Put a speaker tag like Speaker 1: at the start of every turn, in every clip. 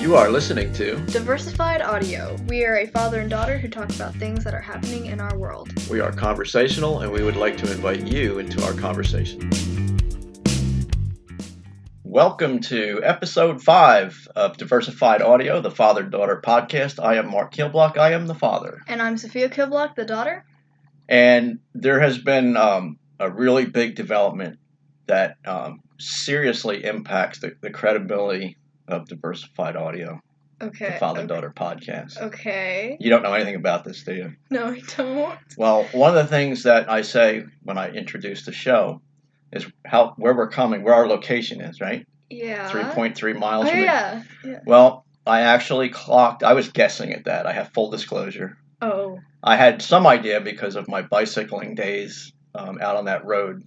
Speaker 1: You are listening to
Speaker 2: Diversified Audio. We are a father and daughter who talk about things that are happening in our world.
Speaker 1: We Are Conversational, and we would like to invite you into our conversation. Welcome to episode five of Diversified Audio, the father daughter podcast. I am Mark Kilblock. I am the father.
Speaker 2: And I'm Sophia Kilblock, the daughter.
Speaker 1: And there has been um, a really big development that um, seriously impacts the, the credibility of Diversified Audio,
Speaker 2: Okay.
Speaker 1: the father
Speaker 2: okay.
Speaker 1: daughter podcast.
Speaker 2: Okay.
Speaker 1: You don't know anything about this, do you?
Speaker 2: No, I don't.
Speaker 1: Well, one of the things that I say when I introduce the show is how where we're coming, where our location is, right?
Speaker 2: Yeah.
Speaker 1: Three point three
Speaker 2: Oh
Speaker 1: miles. from it.
Speaker 2: yeah.
Speaker 1: Well, I actually clocked. I was guessing at that. I have full disclosure.
Speaker 2: Oh.
Speaker 1: I had some idea because of my bicycling days um, out on that road,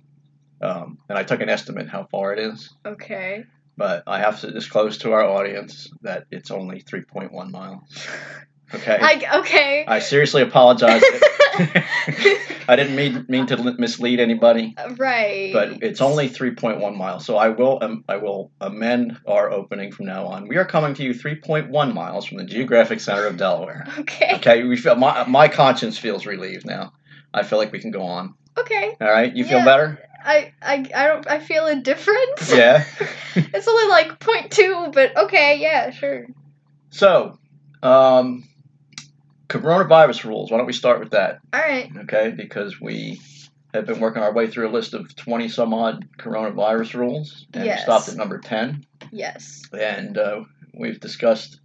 Speaker 1: um, and I took an estimate how far it is.
Speaker 2: Okay.
Speaker 1: But I have to disclose to our audience that it's only three point one miles. Okay.
Speaker 2: I okay.
Speaker 1: I seriously apologize. I didn't mean mean to l- mislead anybody,
Speaker 2: right.
Speaker 1: but it's only 3.1 miles. So I will um, I will amend our opening from now on. We are coming to you 3.1 miles from the geographic center of Delaware.
Speaker 2: Okay.
Speaker 1: Okay, we feel my my conscience feels relieved now. I feel like we can go on.
Speaker 2: Okay.
Speaker 1: All right, you feel
Speaker 2: Yeah.
Speaker 1: better?
Speaker 2: I I I don't. I feel indifferent.
Speaker 1: Yeah.
Speaker 2: it's only like point two, but okay. Yeah. Sure.
Speaker 1: So, um, coronavirus rules. Why don't we start with that?
Speaker 2: All right.
Speaker 1: okay? Because we have been working our way through a list of 20 some odd coronavirus rules, and
Speaker 2: Yes.
Speaker 1: we stopped at number 10.
Speaker 2: Yes.
Speaker 1: And uh, we've discussed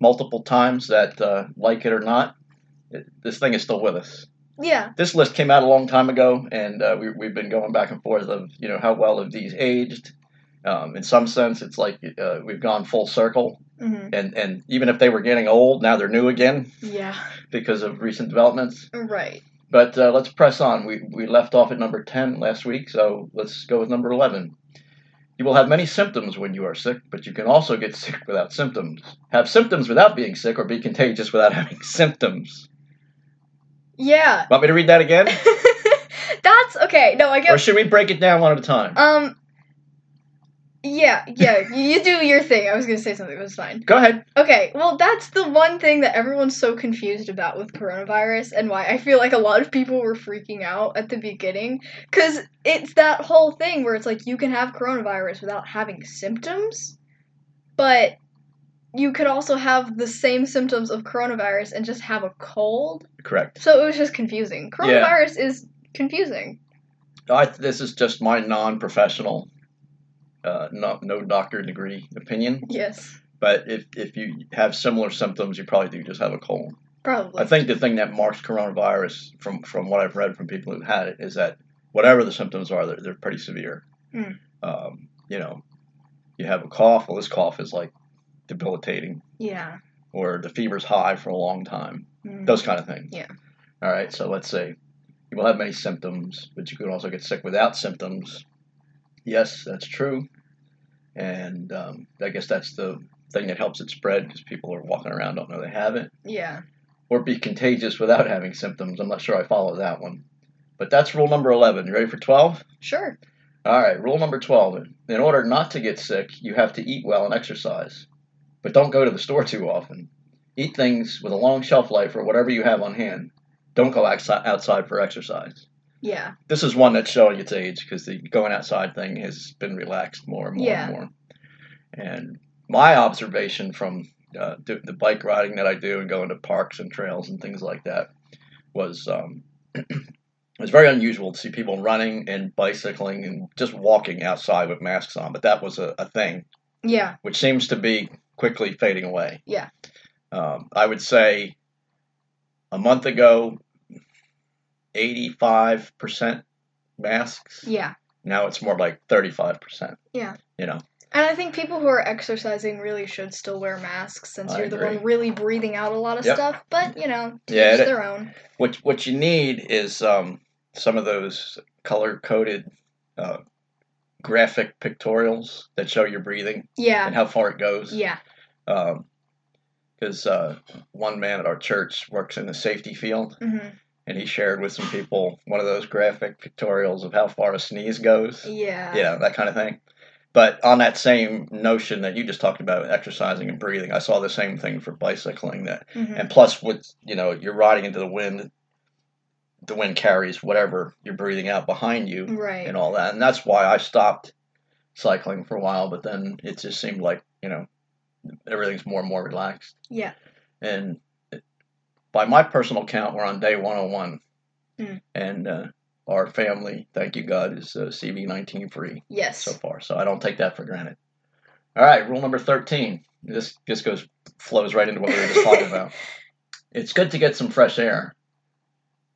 Speaker 1: multiple times that, uh, like it or not, it, this thing is still with us.
Speaker 2: Yeah.
Speaker 1: This list came out a long time ago, and uh, we, we've been going back and forth of you know how well have these aged. Um, in some sense, it's like uh, we've gone full circle,
Speaker 2: hmm
Speaker 1: and, and even if they were getting old, now they're new again
Speaker 2: Yeah.
Speaker 1: because of recent developments.
Speaker 2: Right.
Speaker 1: But uh, let's press on. We, we left off at number 10 last week, so let's go with number 11. You will have many symptoms when you are sick, but you can also get sick without symptoms. Have symptoms without being sick, or be contagious without having symptoms.
Speaker 2: Yeah.
Speaker 1: Want me to read that again?
Speaker 2: That's okay. No, I
Speaker 1: or
Speaker 2: get.
Speaker 1: should we break it down one at a time?
Speaker 2: Um. Yeah, yeah. you- you do your thing. I was gonna say something, but it's fine.
Speaker 1: Go ahead.
Speaker 2: Okay. Well, that's the one thing that everyone's so confused about with coronavirus, and why I feel like a lot of people were freaking out at the beginning, because it's that whole thing where it's like you can have coronavirus without having symptoms, but you could also have the same symptoms of coronavirus and just have a cold.
Speaker 1: Correct.
Speaker 2: So it was just confusing. Coronavirus is confusing.
Speaker 1: I, this is just my non professional, uh, no, no doctor degree opinion.
Speaker 2: Yes,
Speaker 1: But if, if you have similar symptoms, you probably do just have a cold.
Speaker 2: probably.
Speaker 1: I think the thing that marks coronavirus, from from what I've read from people who've had it, is that whatever the symptoms are, they're, they're pretty severe.
Speaker 2: Mm.
Speaker 1: Um, you know, you have a cough. Well, this cough is like debilitating,
Speaker 2: Yeah.
Speaker 1: or the fever's high for a long time.
Speaker 2: Mm.
Speaker 1: Those kind of things.
Speaker 2: Yeah.
Speaker 1: All right. So let's say you will have many symptoms, but you can also get sick without symptoms. Yes, that's true. And um, I guess that's the thing that helps it spread because people are walking around don't know they have it
Speaker 2: Yeah.
Speaker 1: or be contagious without having symptoms. I'm not sure I follow that one. But that's rule number 11. You ready for 12?
Speaker 2: Sure.
Speaker 1: All right, rule number 12. In order not to get sick, you have to eat well and exercise. But don't go to the store too often. Eat things with a long shelf life or whatever you have on hand. Don't go outs- outside for exercise.
Speaker 2: Yeah.
Speaker 1: This is one that's showing its age because the going outside thing has been relaxed more and more
Speaker 2: Yeah.
Speaker 1: and more. And my observation from uh, the, the bike riding that I do and going to parks and trails and things like that was um, it's very unusual to see people running and bicycling and just walking outside with masks on, but that was a, a thing
Speaker 2: Yeah.
Speaker 1: which seems to be quickly fading away.
Speaker 2: Yeah.
Speaker 1: Um, I would say a month ago, 85% masks.
Speaker 2: Yeah.
Speaker 1: Now it's more like 35%.
Speaker 2: Yeah.
Speaker 1: You know,
Speaker 2: And I think people who are exercising really should still wear masks since
Speaker 1: I
Speaker 2: you're the
Speaker 1: agree.
Speaker 2: one really breathing out a lot of
Speaker 1: Yep.
Speaker 2: stuff. But you know, to
Speaker 1: Yeah,
Speaker 2: each
Speaker 1: it-
Speaker 2: their own.
Speaker 1: what, what you need is um, some of those color coded uh, graphic pictorials that show your breathing
Speaker 2: Yeah.
Speaker 1: and how far it goes.
Speaker 2: Yeah.
Speaker 1: Because uh, one man at our church works in the safety field.
Speaker 2: hmm
Speaker 1: and he shared with some people one of those graphic pictorials of how far a sneeze goes,
Speaker 2: Yeah.
Speaker 1: you know, that kind of thing. But on that same notion that you just talked about with exercising and breathing, I saw the same thing for bicycling. That
Speaker 2: Mhm.
Speaker 1: and plus with you know you're riding into the wind, the wind carries whatever you're breathing out behind you
Speaker 2: Right.
Speaker 1: and all that, and that's why I stopped cycling for a while. But then it just seemed like you know everything's more and more relaxed.
Speaker 2: Yeah.
Speaker 1: And by my personal count, we're on day 101,
Speaker 2: Mm.
Speaker 1: and uh, our family, thank you God, is uh, CB19 free
Speaker 2: Yes.
Speaker 1: so far. So I don't take that for granted. All right, rule number thirteen. This this goes flows right into what we were just talking about. It's good to get some fresh air,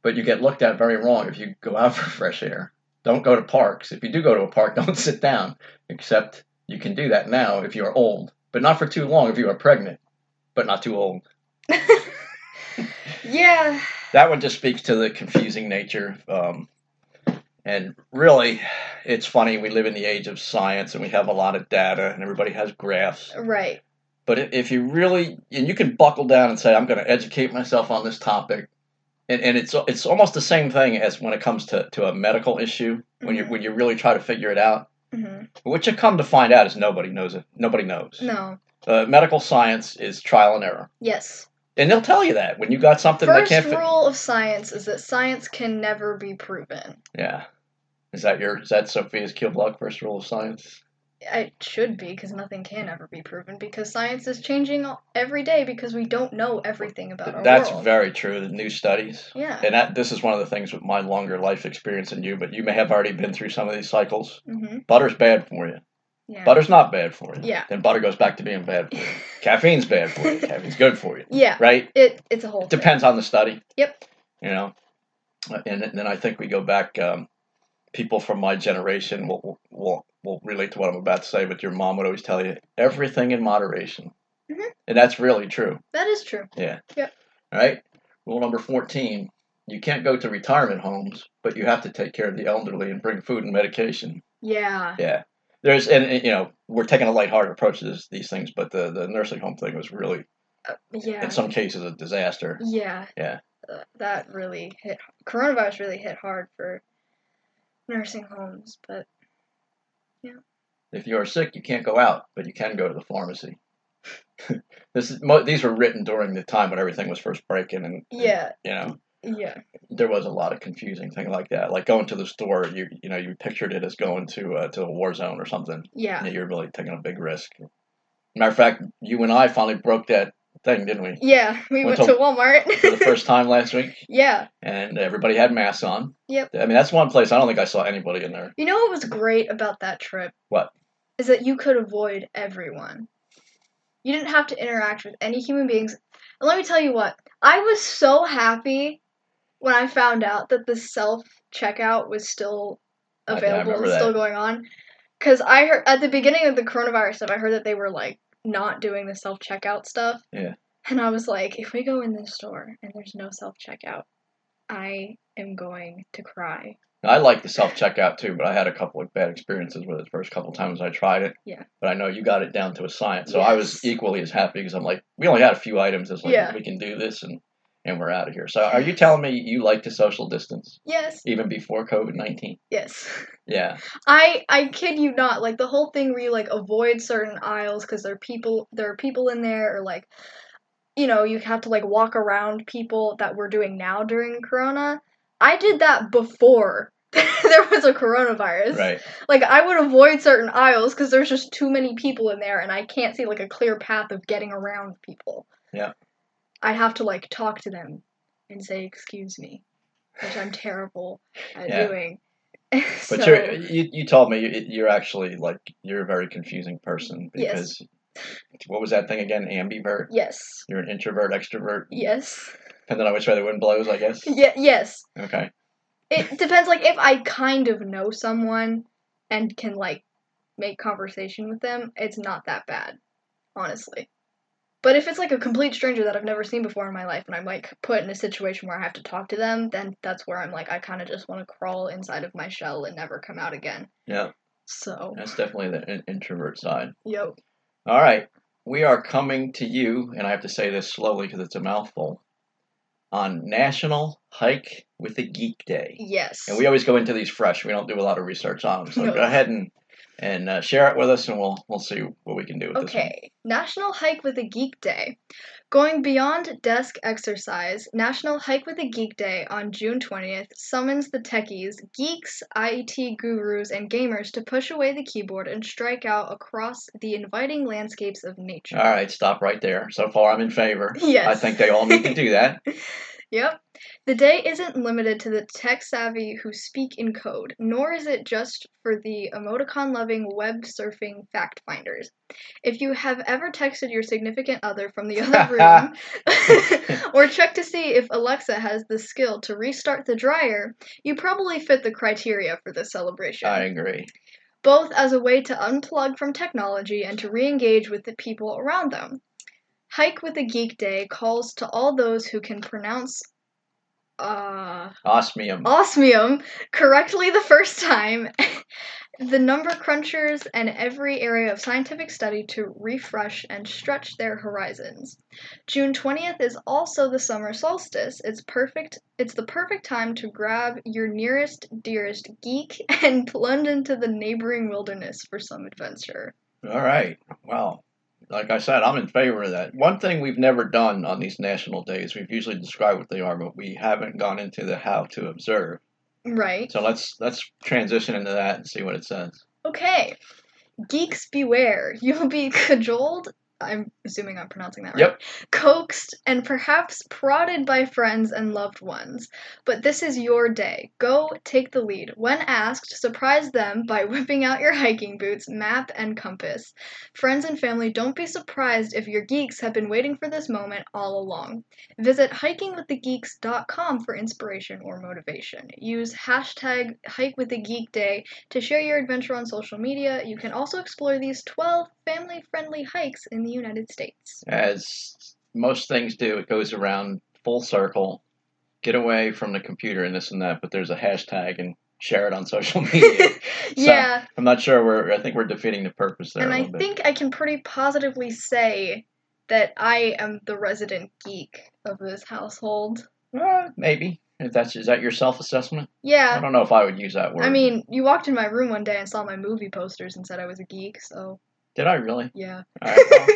Speaker 1: but you get looked at very wrong if you go out for fresh air. Don't go to parks. If you do go to a park, don't sit down. Except you can do that now if you are old, but not for too long if you are pregnant, but not too old.
Speaker 2: yeah.
Speaker 1: That one just speaks to the confusing nature. Um, and really, it's funny. We live in the age of science and we have a lot of data and everybody has graphs.
Speaker 2: Right.
Speaker 1: But i- if you really, and you can buckle down and say, I'm going to educate myself on this topic. And, and it's it's almost the same thing as when it comes to, to a medical issue when you
Speaker 2: Mhm.
Speaker 1: when you really try to figure it out,
Speaker 2: Mhm.
Speaker 1: what you come to find out is nobody knows it. Nobody knows.
Speaker 2: No.
Speaker 1: Uh, medical science is trial and error,
Speaker 2: Yes.
Speaker 1: and they'll tell you that when you got something
Speaker 2: First
Speaker 1: they can't. fi-
Speaker 2: rule of science is that science can never be proven.
Speaker 1: Yeah. Is that your is that Sophia's Keel Block first rule of science?
Speaker 2: It should be because nothing can ever be proven because science is changing all- every day because we don't know everything about our
Speaker 1: That's
Speaker 2: world.
Speaker 1: very true. The new studies.
Speaker 2: yeah.
Speaker 1: And that this is one of the things with my longer life experience than you, but you may have already been through some of these cycles.
Speaker 2: Mm-hmm.
Speaker 1: Butter's bad for you.
Speaker 2: Yeah.
Speaker 1: Butter's not bad for you.
Speaker 2: Yeah.
Speaker 1: Then butter goes back to being bad for you. Caffeine's bad for you. Caffeine's good for you.
Speaker 2: yeah.
Speaker 1: Right?
Speaker 2: It it's a whole
Speaker 1: It depends on the study.
Speaker 2: Yep.
Speaker 1: You know, and then I think we go back. Um, people from my generation will will will relate to what I'm about to say, but your mom would always tell you everything in moderation,
Speaker 2: Mhm.
Speaker 1: and that's really true.
Speaker 2: Thing. That is true.
Speaker 1: All right. Rule number fourteen: You can't go to retirement homes, but you have to take care of the elderly and bring food and medication.
Speaker 2: Yeah.
Speaker 1: Yeah. There's and, and, you know we're taking a lighthearted approach to this, these things, but the, the nursing home thing was really
Speaker 2: Uh, yeah.
Speaker 1: in some cases a disaster.
Speaker 2: Yeah.
Speaker 1: Yeah.
Speaker 2: Uh, that really hit. Coronavirus really hit hard for nursing homes, but
Speaker 1: If you are sick, you can't go out, but you can go to the pharmacy. this is mo- these were written during the time when everything was first breaking, and
Speaker 2: yeah,
Speaker 1: you know
Speaker 2: yeah,
Speaker 1: there was a lot of confusing thing like that. Like going to the store, you you know you pictured it as going to uh, to a war zone or something.
Speaker 2: yeah,
Speaker 1: Yeah, you're really taking a big risk. Matter of fact, you and I finally broke that thing, didn't we?
Speaker 2: yeah. We
Speaker 1: Went
Speaker 2: went,
Speaker 1: to-
Speaker 2: to Walmart.
Speaker 1: For the first time last week,
Speaker 2: yeah.
Speaker 1: and everybody had masks on.
Speaker 2: Yep.
Speaker 1: I mean, that's one place I don't think I saw anybody in there.
Speaker 2: You know what was great about that trip?
Speaker 1: What?
Speaker 2: Is that you could avoid everyone. You didn't have to interact with any human beings. And let me tell you what, I was so happy when I found out that the self checkout was still
Speaker 1: I- I
Speaker 2: available
Speaker 1: remember
Speaker 2: and still going on. Because I heard at the beginning of the coronavirus stuff, I heard that they were like not doing the self checkout stuff.
Speaker 1: Yeah.
Speaker 2: And I was like, if we go in this store and there's no self checkout, I am going to cry.
Speaker 1: I like the self checkout too, but I had a couple of bad experiences with it the first couple of times I tried it.
Speaker 2: Yeah.
Speaker 1: But I know you got it down to a science, so I was
Speaker 2: Yes.
Speaker 1: equally as happy because I'm like, we only had a few items. It's like
Speaker 2: Yeah.
Speaker 1: we can do this, and and we're out of here. So are you telling me you like to social distance
Speaker 2: Yes,
Speaker 1: even before COVID nineteen?
Speaker 2: yes.
Speaker 1: Yeah.
Speaker 2: I I kid you not, like the whole thing where you like avoid certain aisles because there are people there are people in there or like you know, you have to like walk around people that we're doing now during corona. I did that before there was a coronavirus.
Speaker 1: Right.
Speaker 2: Like I would avoid certain aisles because there's just too many people in there and I can't see like a clear path of getting around people.
Speaker 1: Yeah.
Speaker 2: I have to like talk to them and say excuse me, which I'm terrible at
Speaker 1: Yeah.
Speaker 2: doing.
Speaker 1: But
Speaker 2: So-
Speaker 1: you're, you you told me you- you're actually like you're a very confusing person because
Speaker 2: Yes.
Speaker 1: what was that thing again? Ambivert.
Speaker 2: Yes.
Speaker 1: You're an introvert, extrovert,
Speaker 2: Yes.
Speaker 1: depending on which way the wind blows, I guess.
Speaker 2: Yeah, yes.
Speaker 1: Okay.
Speaker 2: It depends like if I kind of know someone and can like make conversation with them, it's not that bad, honestly. But if it's like a complete stranger that I've never seen before in my life and I'm like put in a situation where I have to talk to them, then that's where I'm like I kind of just want to crawl inside of my shell and never come out again.
Speaker 1: Yeah.
Speaker 2: So,
Speaker 1: That's definitely the in- introvert side.
Speaker 2: yo.
Speaker 1: All right. We are coming to you, and I have to say this slowly because it's a mouthful, on National Hike with a Geek Day.
Speaker 2: Yes.
Speaker 1: And we always go into these fresh. We don't do a lot of research on them. So
Speaker 2: No.
Speaker 1: go ahead and and uh, share it with us, and we'll we'll see what we can do with this. one.
Speaker 2: Okay, National Hike with a Geek Day. Going beyond desk exercise, National Hike with a Geek Day on June 20th summons the techies, geeks, IET gurus, and gamers to push away the keyboard and strike out across the inviting landscapes of nature.
Speaker 1: All right, stop right there. So far, I'm in favor.
Speaker 2: Yes.
Speaker 1: I think they all need to do that.
Speaker 2: Yep. The day isn't limited to the tech savvy who speak in code, nor is it just for the emoticon loving web surfing fact finders. If you have ever texted your significant other from the other room or checked to see if Alexa has the skill to restart the dryer, you probably fit the criteria for this celebration.
Speaker 1: I agree.
Speaker 2: Both as a way to unplug from technology and to re engage with the people around them. Hike with a Geek Day calls to all those who can pronounce uh,
Speaker 1: Osmium.
Speaker 2: osmium correctly the first time, the number crunchers, and every area of scientific study to refresh and stretch their horizons. June 20th is also the summer solstice. It's perfect it's the perfect time to grab your nearest dearest geek and plunge into the neighboring wilderness for some adventure.
Speaker 1: All right. Well, like I said, I'm in favor of that. One thing we've never done on these national days, we've usually described what they are, but we haven't gone into the how to observe.
Speaker 2: Right?
Speaker 1: So let's let's transition into that and see what it says.
Speaker 2: Okay. Geeks beware. You'll be cajoled. I'm assuming I'm pronouncing that right.
Speaker 1: Yep.
Speaker 2: Coaxed and perhaps prodded by friends and loved ones. But this is your day. Go take the lead. When asked, surprise them by whipping out your hiking boots, map, and compass. Friends and family, don't be surprised if your geeks have been waiting for this moment all along. Visit hikingwiththegeeks.com for inspiration or motivation. Use hashtag hikewiththegeekday to share your adventure on social media, you can also explore these 12 family friendly hikes in the United States.
Speaker 1: As most things do, it goes around full circle. Get away from the computer and this and that, but there's a hashtag and share it on social media.
Speaker 2: yeah,
Speaker 1: I'm not sure where I think we're defeating the purpose there
Speaker 2: and
Speaker 1: a
Speaker 2: I
Speaker 1: little bit.
Speaker 2: think I can pretty positively say that I am the resident geek of this household.
Speaker 1: Uh, maybe. If that's is that your self assessment? I
Speaker 2: Yeah.
Speaker 1: don't know if I would use that word.
Speaker 2: Uh, I mean, you walked in my room one day and saw my movie posters and said I was a geek, so
Speaker 1: did I really?
Speaker 2: yeah.
Speaker 1: All right, well,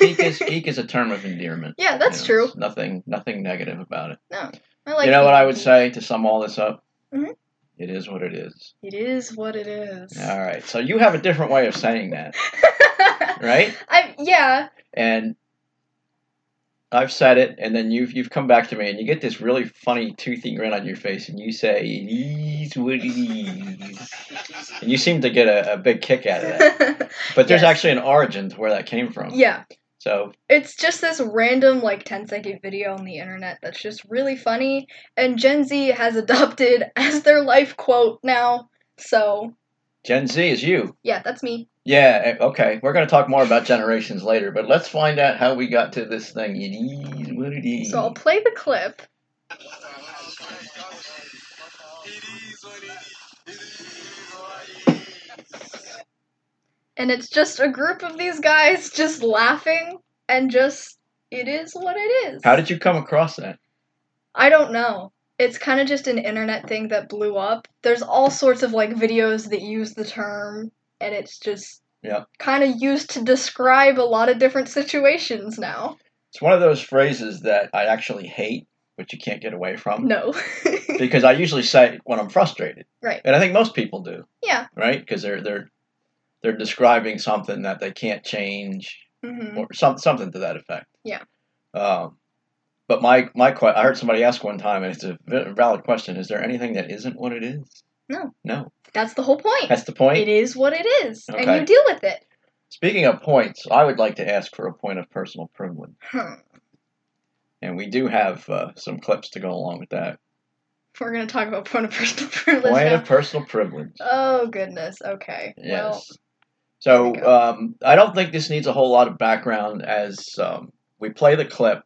Speaker 1: geek is geek is a term of endearment.
Speaker 2: yeah, that's
Speaker 1: You know,
Speaker 2: true.
Speaker 1: it's Nothing nothing negative about it.
Speaker 2: I like
Speaker 1: you know what
Speaker 2: being
Speaker 1: I
Speaker 2: a
Speaker 1: would
Speaker 2: geek.
Speaker 1: say to sum all this up?
Speaker 2: Mhm.
Speaker 1: It is what it is.
Speaker 2: It is what it is.
Speaker 1: All right. So you have a different way of saying that, right?
Speaker 2: I yeah,
Speaker 1: And I've said it, and then you've you've come back to me, and you get this really funny toothy grin on your face, and you say, "It is what it is," and you seem to get a, a big kick out of that. But there's
Speaker 2: Yes.
Speaker 1: actually an origin to where that came from.
Speaker 2: yeah.
Speaker 1: So
Speaker 2: It's just this random like 10 second video on the internet that's just really funny and Gen Z has adopted as their life quote now. So,
Speaker 1: Gen Z is you.
Speaker 2: yeah, that's me.
Speaker 1: Yeah, eh, okay. We're going to talk more about generations later, but let's find out how we got to this thing. It is what it is.
Speaker 2: So, I'll play the clip. And it's just a group of these guys just laughing and just it is what it is.
Speaker 1: How did you come across that?
Speaker 2: I don't know. It's kind of just an internet thing that blew up. There's all sorts of like videos that use the term, and it's just
Speaker 1: Yeah.
Speaker 2: kind of used to describe a lot of different situations now.
Speaker 1: It's one of those phrases that I actually hate, but you can't get away from.
Speaker 2: No.
Speaker 1: Because I usually say it when I'm frustrated.
Speaker 2: Right.
Speaker 1: And I think most people do,
Speaker 2: yeah.
Speaker 1: right? Because they're they're they're describing something that they can't change
Speaker 2: hmm
Speaker 1: or some, something to that effect.
Speaker 2: Yeah.
Speaker 1: Um, but my my que- I heard somebody ask one time, and it's a v- valid question: Is there anything that isn't what it is?
Speaker 2: No.
Speaker 1: No.
Speaker 2: That's the whole point.
Speaker 1: That's the point.
Speaker 2: It is what it is,
Speaker 1: Okay.
Speaker 2: and you deal with it.
Speaker 1: Speaking of points, I would like to ask for a point of personal privilege,
Speaker 2: Hmm.
Speaker 1: and we do have uh, some clips to go along with that.
Speaker 2: We're going to talk about point of personal privilege.
Speaker 1: Point
Speaker 2: now.
Speaker 1: of personal privilege.
Speaker 2: oh, goodness. Okay.
Speaker 1: Yes.
Speaker 2: Well,
Speaker 1: so
Speaker 2: there we
Speaker 1: um, I don't think this needs a whole lot of background as um, we play the clip.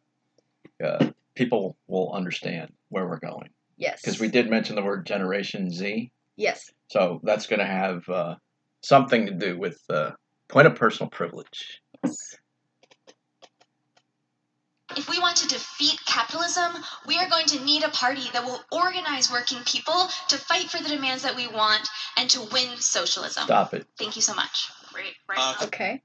Speaker 1: Uh, people will understand where we're going
Speaker 2: yes.
Speaker 1: because we did mention the word Generation Z,
Speaker 2: Yes.
Speaker 1: so that's going to have uh, something to do with uh, point of personal privilege.
Speaker 2: yes.
Speaker 3: If we want to defeat capitalism, we are going to need a party that will organize working people to fight for the demands that we want and to win socialism.
Speaker 1: Stop it.
Speaker 3: Thank you so much. Right, right.
Speaker 4: Uh,
Speaker 2: Okay.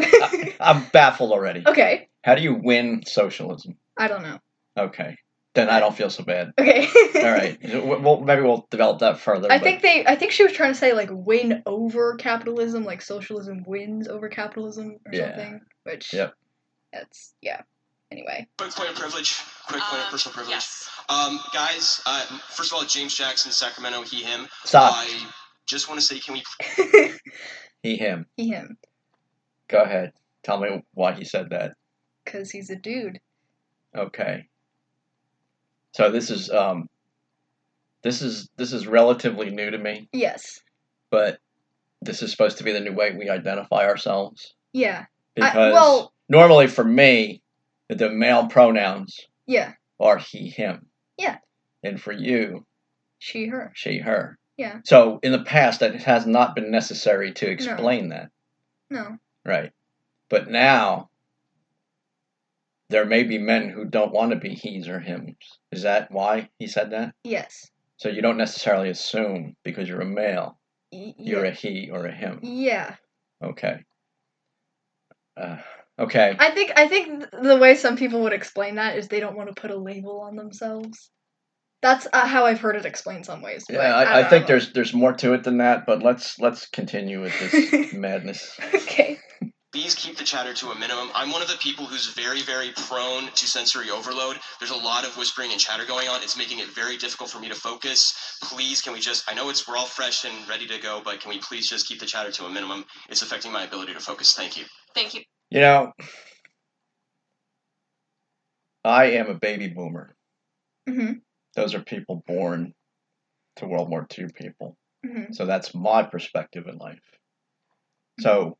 Speaker 1: Ah. I'm baffled already.
Speaker 2: okay.
Speaker 1: How do you win socialism?
Speaker 2: I don't know.
Speaker 1: Okay. Then I don't feel so bad.
Speaker 2: Okay.
Speaker 1: All right. Well, maybe we'll develop that further.
Speaker 2: I
Speaker 1: but-
Speaker 2: think they. I think she was trying to say like win over capitalism, like socialism wins over capitalism or
Speaker 1: Yeah.
Speaker 2: something. Which.
Speaker 1: Yep.
Speaker 2: That's yeah. Anyway.
Speaker 4: quick point of privilege. Quick point of
Speaker 3: Um,
Speaker 4: personal privilege.
Speaker 3: Yes.
Speaker 4: Um, guys, uh, first of all, James Jackson, Sacramento, he, him.
Speaker 1: Stop.
Speaker 4: I just want to say, can we
Speaker 2: he
Speaker 1: He, him.
Speaker 2: him,
Speaker 1: Go ahead. Tell me why he said that.
Speaker 2: cause he's a dude.
Speaker 1: Okay. So this is um this is this is relatively new to me,
Speaker 2: Yes.
Speaker 1: but this is supposed to be the new way we identify ourselves
Speaker 2: Yeah. I-
Speaker 1: because
Speaker 2: well-
Speaker 1: normally for me the, the male pronouns
Speaker 2: Yeah.
Speaker 1: are he him.
Speaker 2: Yeah.
Speaker 1: And for you,
Speaker 2: She. Her.
Speaker 1: she her.
Speaker 2: Yeah.
Speaker 1: So in the past that has not been necessary to explain that.
Speaker 2: No.
Speaker 1: Right. But now there may be men who don't want to be he's or hims. Is that why he said that?
Speaker 2: Yes.
Speaker 1: So you don't necessarily assume because you're a male,
Speaker 2: Y-
Speaker 1: you're a
Speaker 2: yeah.
Speaker 1: he or a him.
Speaker 2: yeah.
Speaker 1: Okay. Uh, okay.
Speaker 2: I think. I think th- the way some people would explain that is they don't want to put a label on themselves. That's uh, how I've heard it explained some ways. but
Speaker 1: Yeah, I,
Speaker 2: don't
Speaker 1: I think
Speaker 2: know.
Speaker 1: there's there's more to it than that, but let's let's continue with this madness.
Speaker 2: Okay.
Speaker 4: please keep the chatter to a minimum? I'm one of the people who's very, very prone to sensory overload. There's a lot of whispering and chatter going on. It's making it very difficult for me to focus. Please, can we just, I know it's, we're all fresh and ready to go, but can we please just keep the chatter to a minimum? It's affecting my ability to focus. Thank you.
Speaker 3: Thank you.
Speaker 1: You know, I am a baby boomer.
Speaker 2: hmm
Speaker 1: Those are people born to World War II people.
Speaker 2: hmm
Speaker 1: So that's my perspective in life. So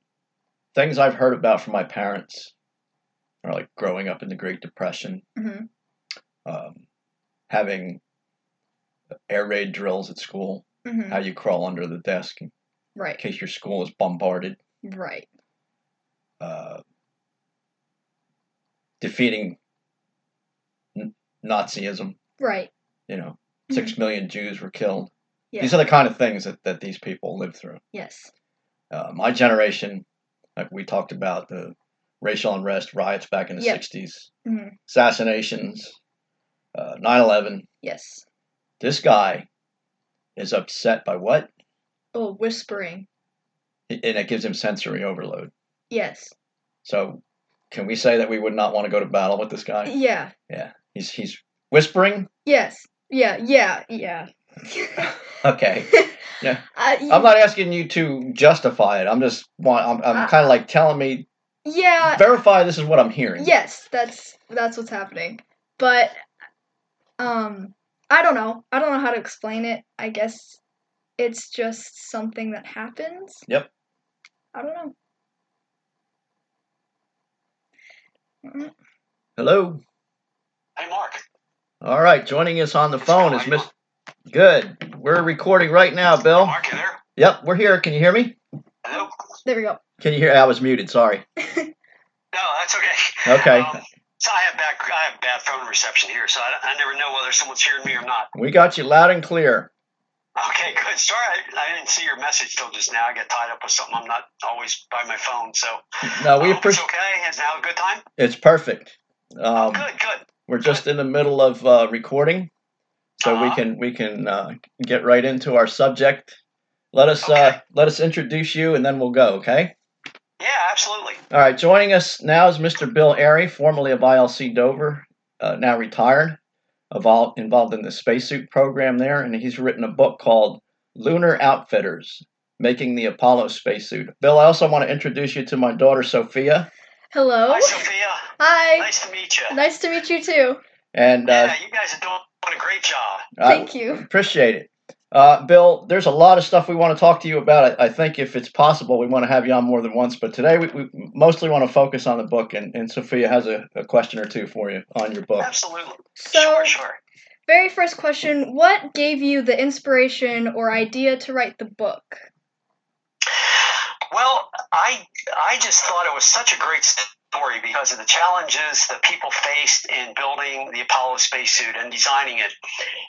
Speaker 1: things I've heard about from my parents are like growing up in the Great Depression,
Speaker 2: Mhm.
Speaker 1: um, having air raid drills at school,
Speaker 2: hmm
Speaker 1: how you crawl under the desk in
Speaker 2: Right.
Speaker 1: case your school is bombarded,
Speaker 2: Right.
Speaker 1: uh, defeating N- Nazism,
Speaker 2: Right.
Speaker 1: you know, six million Jews were killed.
Speaker 2: Mm-hmm. Yeah.
Speaker 1: These are the kind of things that, that these people live through.
Speaker 2: yes.
Speaker 1: uh, my generation, like we talked about the racial unrest, riots back in the
Speaker 2: Yep.
Speaker 1: 60s,
Speaker 2: Mhm.
Speaker 1: assassinations, uh, 9-11.
Speaker 2: Yes.
Speaker 1: This guy is upset by what?
Speaker 2: Oh, whispering.
Speaker 1: And it gives him sensory overload.
Speaker 2: Yes.
Speaker 1: So can we say that we would not want to go to battle with this guy?
Speaker 2: Yeah.
Speaker 1: He's, he's whispering?
Speaker 2: Yes. Yeah. Yeah. Yeah.
Speaker 1: Okay.
Speaker 2: uh,
Speaker 1: I'm not asking you to justify it. I'm just want. I'm, I'm
Speaker 2: Uh,
Speaker 1: kind of like telling me
Speaker 2: Yeah.
Speaker 1: verify this is what I'm hearing.
Speaker 2: Yes. That's that's what's happening. But um, I don't know. I don't know how to explain it. I guess it's just something that happens.
Speaker 1: Yep.
Speaker 2: I don't know. Mm,
Speaker 1: Hello.
Speaker 4: Hey, Mark.
Speaker 1: All right, joining us on the
Speaker 4: It's
Speaker 1: phone
Speaker 4: Bill.
Speaker 1: is Miss. Good. We're recording right now, Bill.
Speaker 4: you there?
Speaker 1: Yep, we're here. Can you hear me?
Speaker 4: Hello?
Speaker 2: There we go.
Speaker 1: Can you hear? I was muted. Sorry.
Speaker 5: No, that's okay.
Speaker 1: Okay,
Speaker 5: Um, so I have bad I have bad phone reception here, so I, I never know whether someone's hearing me or not.
Speaker 1: we got you loud and clear.
Speaker 5: Okay, good. Sorry, I, I didn't see your message till just now. I got tied up with something. I'm not always by my phone, so
Speaker 1: No, we
Speaker 5: I hope Oh, it's
Speaker 1: appreciate.
Speaker 5: okay. Is now a good time?
Speaker 1: It's perfect. Um,
Speaker 5: Good, good.
Speaker 1: we're just in the middle of uh, recording, so we
Speaker 5: Uh-huh.
Speaker 1: can we can uh, get right into our subject. Let us uh,
Speaker 5: Okay.
Speaker 1: let us introduce you, and then we'll go. Okay.
Speaker 5: Yeah, absolutely.
Speaker 1: All right. Joining us now is Mr. Bill Airy, formerly of ILC Dover, uh, now retired, involved involved in the spacesuit program there, and he's written a book called Lunar Outfitters: Making the Apollo Spacesuit. Bill, I also want to introduce you to my daughter Sophia,
Speaker 2: Hello.
Speaker 5: Hi, Sophia.
Speaker 2: Hi.
Speaker 5: Nice to meet you.
Speaker 1: uh,
Speaker 2: Nice to meet you too.
Speaker 1: and uh,
Speaker 5: yeah, you guys are doing a great job.
Speaker 1: I
Speaker 2: Thank you.
Speaker 1: appreciate it. Uh, Bill, there's a lot of stuff we want to talk to you about. I, I think if it's possible, we want to have you on more than once. But today, we, we mostly want to focus on the book, and, and Sophia has a, a question or two for you on your book.
Speaker 5: Absolutely.
Speaker 2: So,
Speaker 5: sure, sure.
Speaker 2: very first question What gave you the inspiration or idea to write the book?
Speaker 5: Well, I I just thought it was such a great story because of the challenges that people faced in building the Apollo spacesuit and designing it.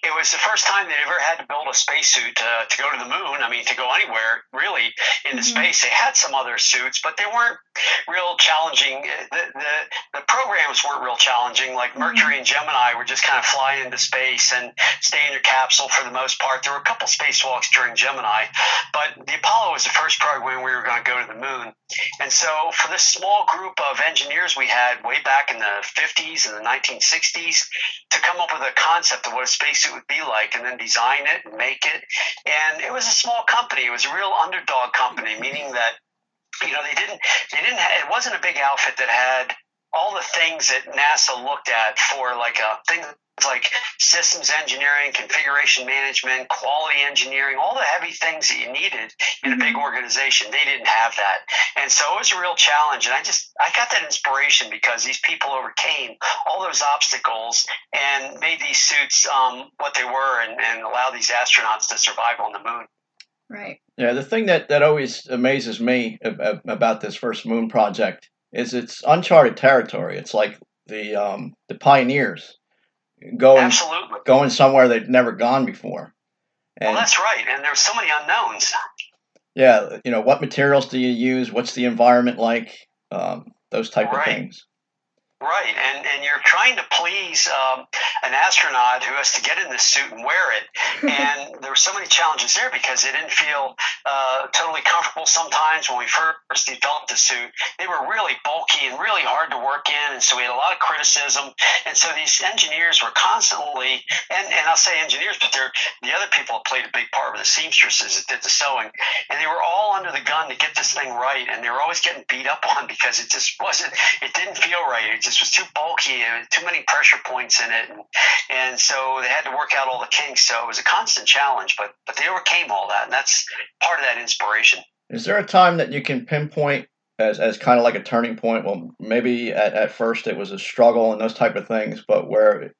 Speaker 5: It was the first time they'd ever had to build a spacesuit uh, to go to the moon. I mean, to go anywhere really
Speaker 2: Mhm.
Speaker 5: into space. They had some other suits, but they weren't real challenging. Uh, The, the the programs weren't real challenging. Like Mercury and Gemini were just kind of flying into space and stay in your capsule for the most part. There were a couple spacewalks during Gemini, but the Apollo was the first program we were going to go to the moon. And so, for this small group of engineers we had way back in the 50s and the 1960s to come up with a concept of what a spacesuit would be like and then design it and make it. And it was a small company, it was a real underdog company, meaning that. You know, they didn't. They didn't. ha it wasn't a big outfit that had all the things that NASA looked at for like a thing it's like systems engineering, configuration management, quality engineering, all the heavy things that you needed in a big organization. They didn't have that. And so it was a real challenge. And I just, I got that inspiration because these people overcame all those obstacles and made these suits um, what they were and, and allowed these astronauts to survive on the moon.
Speaker 2: Right.
Speaker 1: Yeah, the thing that, that always amazes me ab- ab- about this first moon project is it's uncharted territory. It's like the um, the pioneers going
Speaker 5: Absolutely.
Speaker 1: going somewhere they've never gone before.
Speaker 5: Well,
Speaker 1: And
Speaker 5: that's right. And there's so many unknowns.
Speaker 1: yeah, you know, what materials do you use? What's the environment like? Um, those type
Speaker 5: Right.
Speaker 1: of things.
Speaker 5: Right, and and you're trying to please um, an astronaut who has to get in this suit and wear it, and there were so many challenges there because they didn't feel uh, totally comfortable sometimes when we first developed the suit. They were really bulky and really hard to work in, and so we had a lot of criticism. And so these engineers were constantly, and, and I'll say engineers, but they're the other people that played a big part were the seamstresses that did the sewing, and they were all under the gun to get this thing right, and they were always getting beat up on because it just wasn't, it didn't feel right. It just was too bulky, and had too many pressure points in it, and, and so they had to work out all the kinks. So it was a constant challenge, but but they overcame all that, and that's part of that inspiration.
Speaker 1: Is there a time that you can pinpoint as, as kind of like a turning point? Well, maybe at, at first it was a struggle and those type of things, but where it,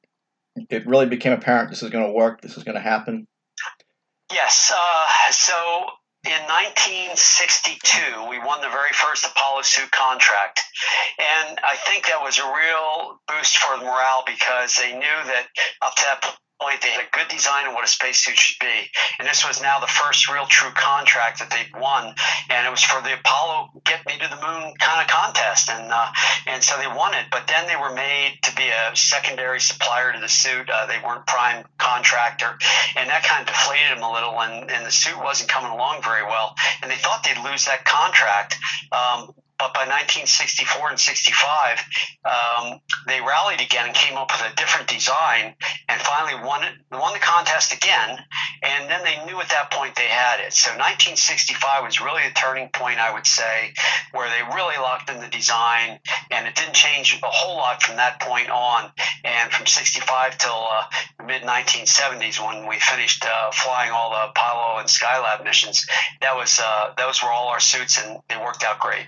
Speaker 1: it really became apparent this is going to work, this is going to happen.
Speaker 5: Yes. Uh, so in 1962, we won the very first Apollo suit contract. And I think that was a real boost for the morale because they knew that up to that point, they had a good design of what a spacesuit should be. And this was now the first real true contract that they'd won. And it was for the Apollo Get Me to the Moon kind of contest. And, uh, and so they won it. But then they were made to be a secondary supplier to the suit. Uh, they weren't prime contractor and that kind of deflated him a little, and, and the suit wasn't coming along very well. And they thought they'd lose that contract. Um, but by 1964 and 65, um, they rallied again and came up with a different design and finally won, it, won the contest again. And then they knew at that point they had it. So 1965 was really a turning point, I would say, where they really locked in the design. And it didn't change a whole lot from that point on. And from 65 till uh, mid 1970s when we finished uh, flying all the Apollo and Skylab missions. That was uh, those were all our suits, and they worked out great.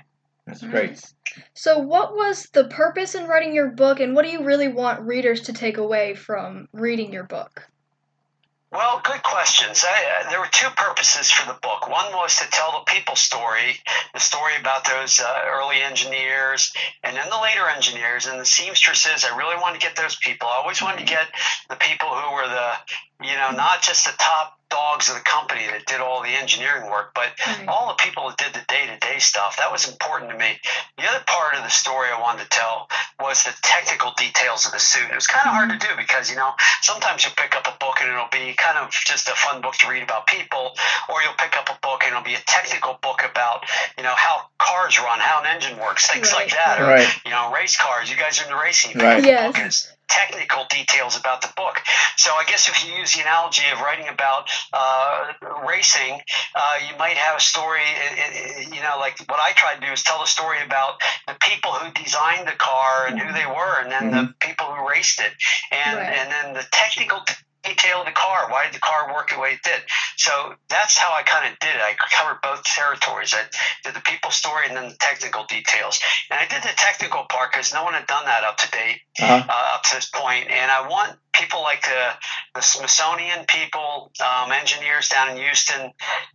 Speaker 1: That's
Speaker 5: Mm-hmm.
Speaker 1: great.
Speaker 2: Nice. So, what was the purpose in writing your book, and what do you really want readers to take away from reading your book?
Speaker 5: Well, good questions. I, uh, there were two purposes for the book. One was to tell the people story, the story about those uh, early engineers and then the later engineers and the seamstresses. I really wanted to get those people. I always wanted to get the people who were the, you know, not just the top dogs of the company that did all the engineering work, but
Speaker 2: Right.
Speaker 5: all the people that did the day to day stuff. That was important to me. The other part of the story I wanted to tell was the technical details of the suit. It was kind of hard to do
Speaker 2: Mm-hmm.
Speaker 5: because, you know, sometimes you'll pick up a book and it'll be kind of just a fun book to read about people, or you'll pick up a book and it'll be a technical book about, you know, how cars run, how an engine works, things like
Speaker 2: Right,
Speaker 5: that, or,
Speaker 1: Right.
Speaker 5: you know, race cars. You guys are into racing. You pick
Speaker 1: Right.
Speaker 5: up a
Speaker 2: Yes.
Speaker 5: book and it's technical details about the book. So I guess if you use the analogy of writing about uh, racing, uh, you might have a story, i- i- you know, like what I try to do is tell a story about the people who designed the car and who they were, and then the people who raced it, and
Speaker 2: Right.
Speaker 5: and then the technical detail the car? Why did the car work the way it did? So that's how I kind of did it. I covered both territories. I did the people story and then the technical details. And I did the technical part because no one had done that up to date,
Speaker 1: Uh-huh.
Speaker 5: uh, up to this point. And I want people like the, the Smithsonian people, um, engineers down in Houston,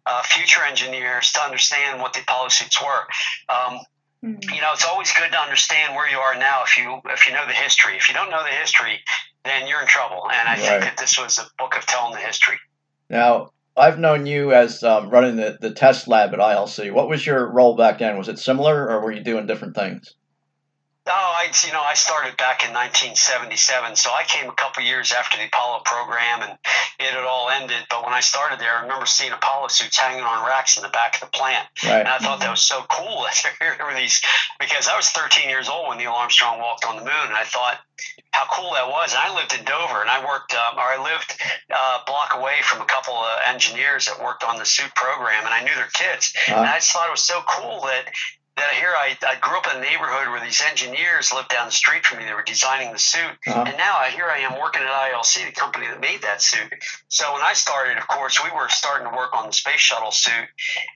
Speaker 5: uh, future engineers to understand what the Apollo suits were. Um,
Speaker 2: Mm.
Speaker 5: you know, it's always good to understand where you are now if you if you know the history. If you don't know the history, then you're in trouble. And I
Speaker 1: Right.
Speaker 5: think that this was a book of telling the history.
Speaker 1: Now, I've known you as um, running the, the test lab at ILC. What was your role back then? Was it similar, or were you doing different things?
Speaker 5: Oh, I you know I started back in 1977, so I came a couple years after the Apollo program, and it had all ended. But when I started there, I remember seeing Apollo suits hanging on racks in the back of the plant.
Speaker 1: Right.
Speaker 5: And I thought that was so cool that there were these because I was 13 years old when Neil Armstrong walked on the moon, and I thought how cool that was. And I lived in Dover, and I worked um, or I lived uh, a block away from a couple of engineers that worked on the suit program, and I knew their kids,
Speaker 1: Uh-huh.
Speaker 5: and I just thought it was so cool that. That here I, I grew up in a neighborhood where these engineers lived down the street from me. They were designing the suit,
Speaker 1: Uh-huh.
Speaker 5: and now I, here I am working at ILC, the company that made that suit. So when I started, of course, we were starting to work on the space shuttle suit,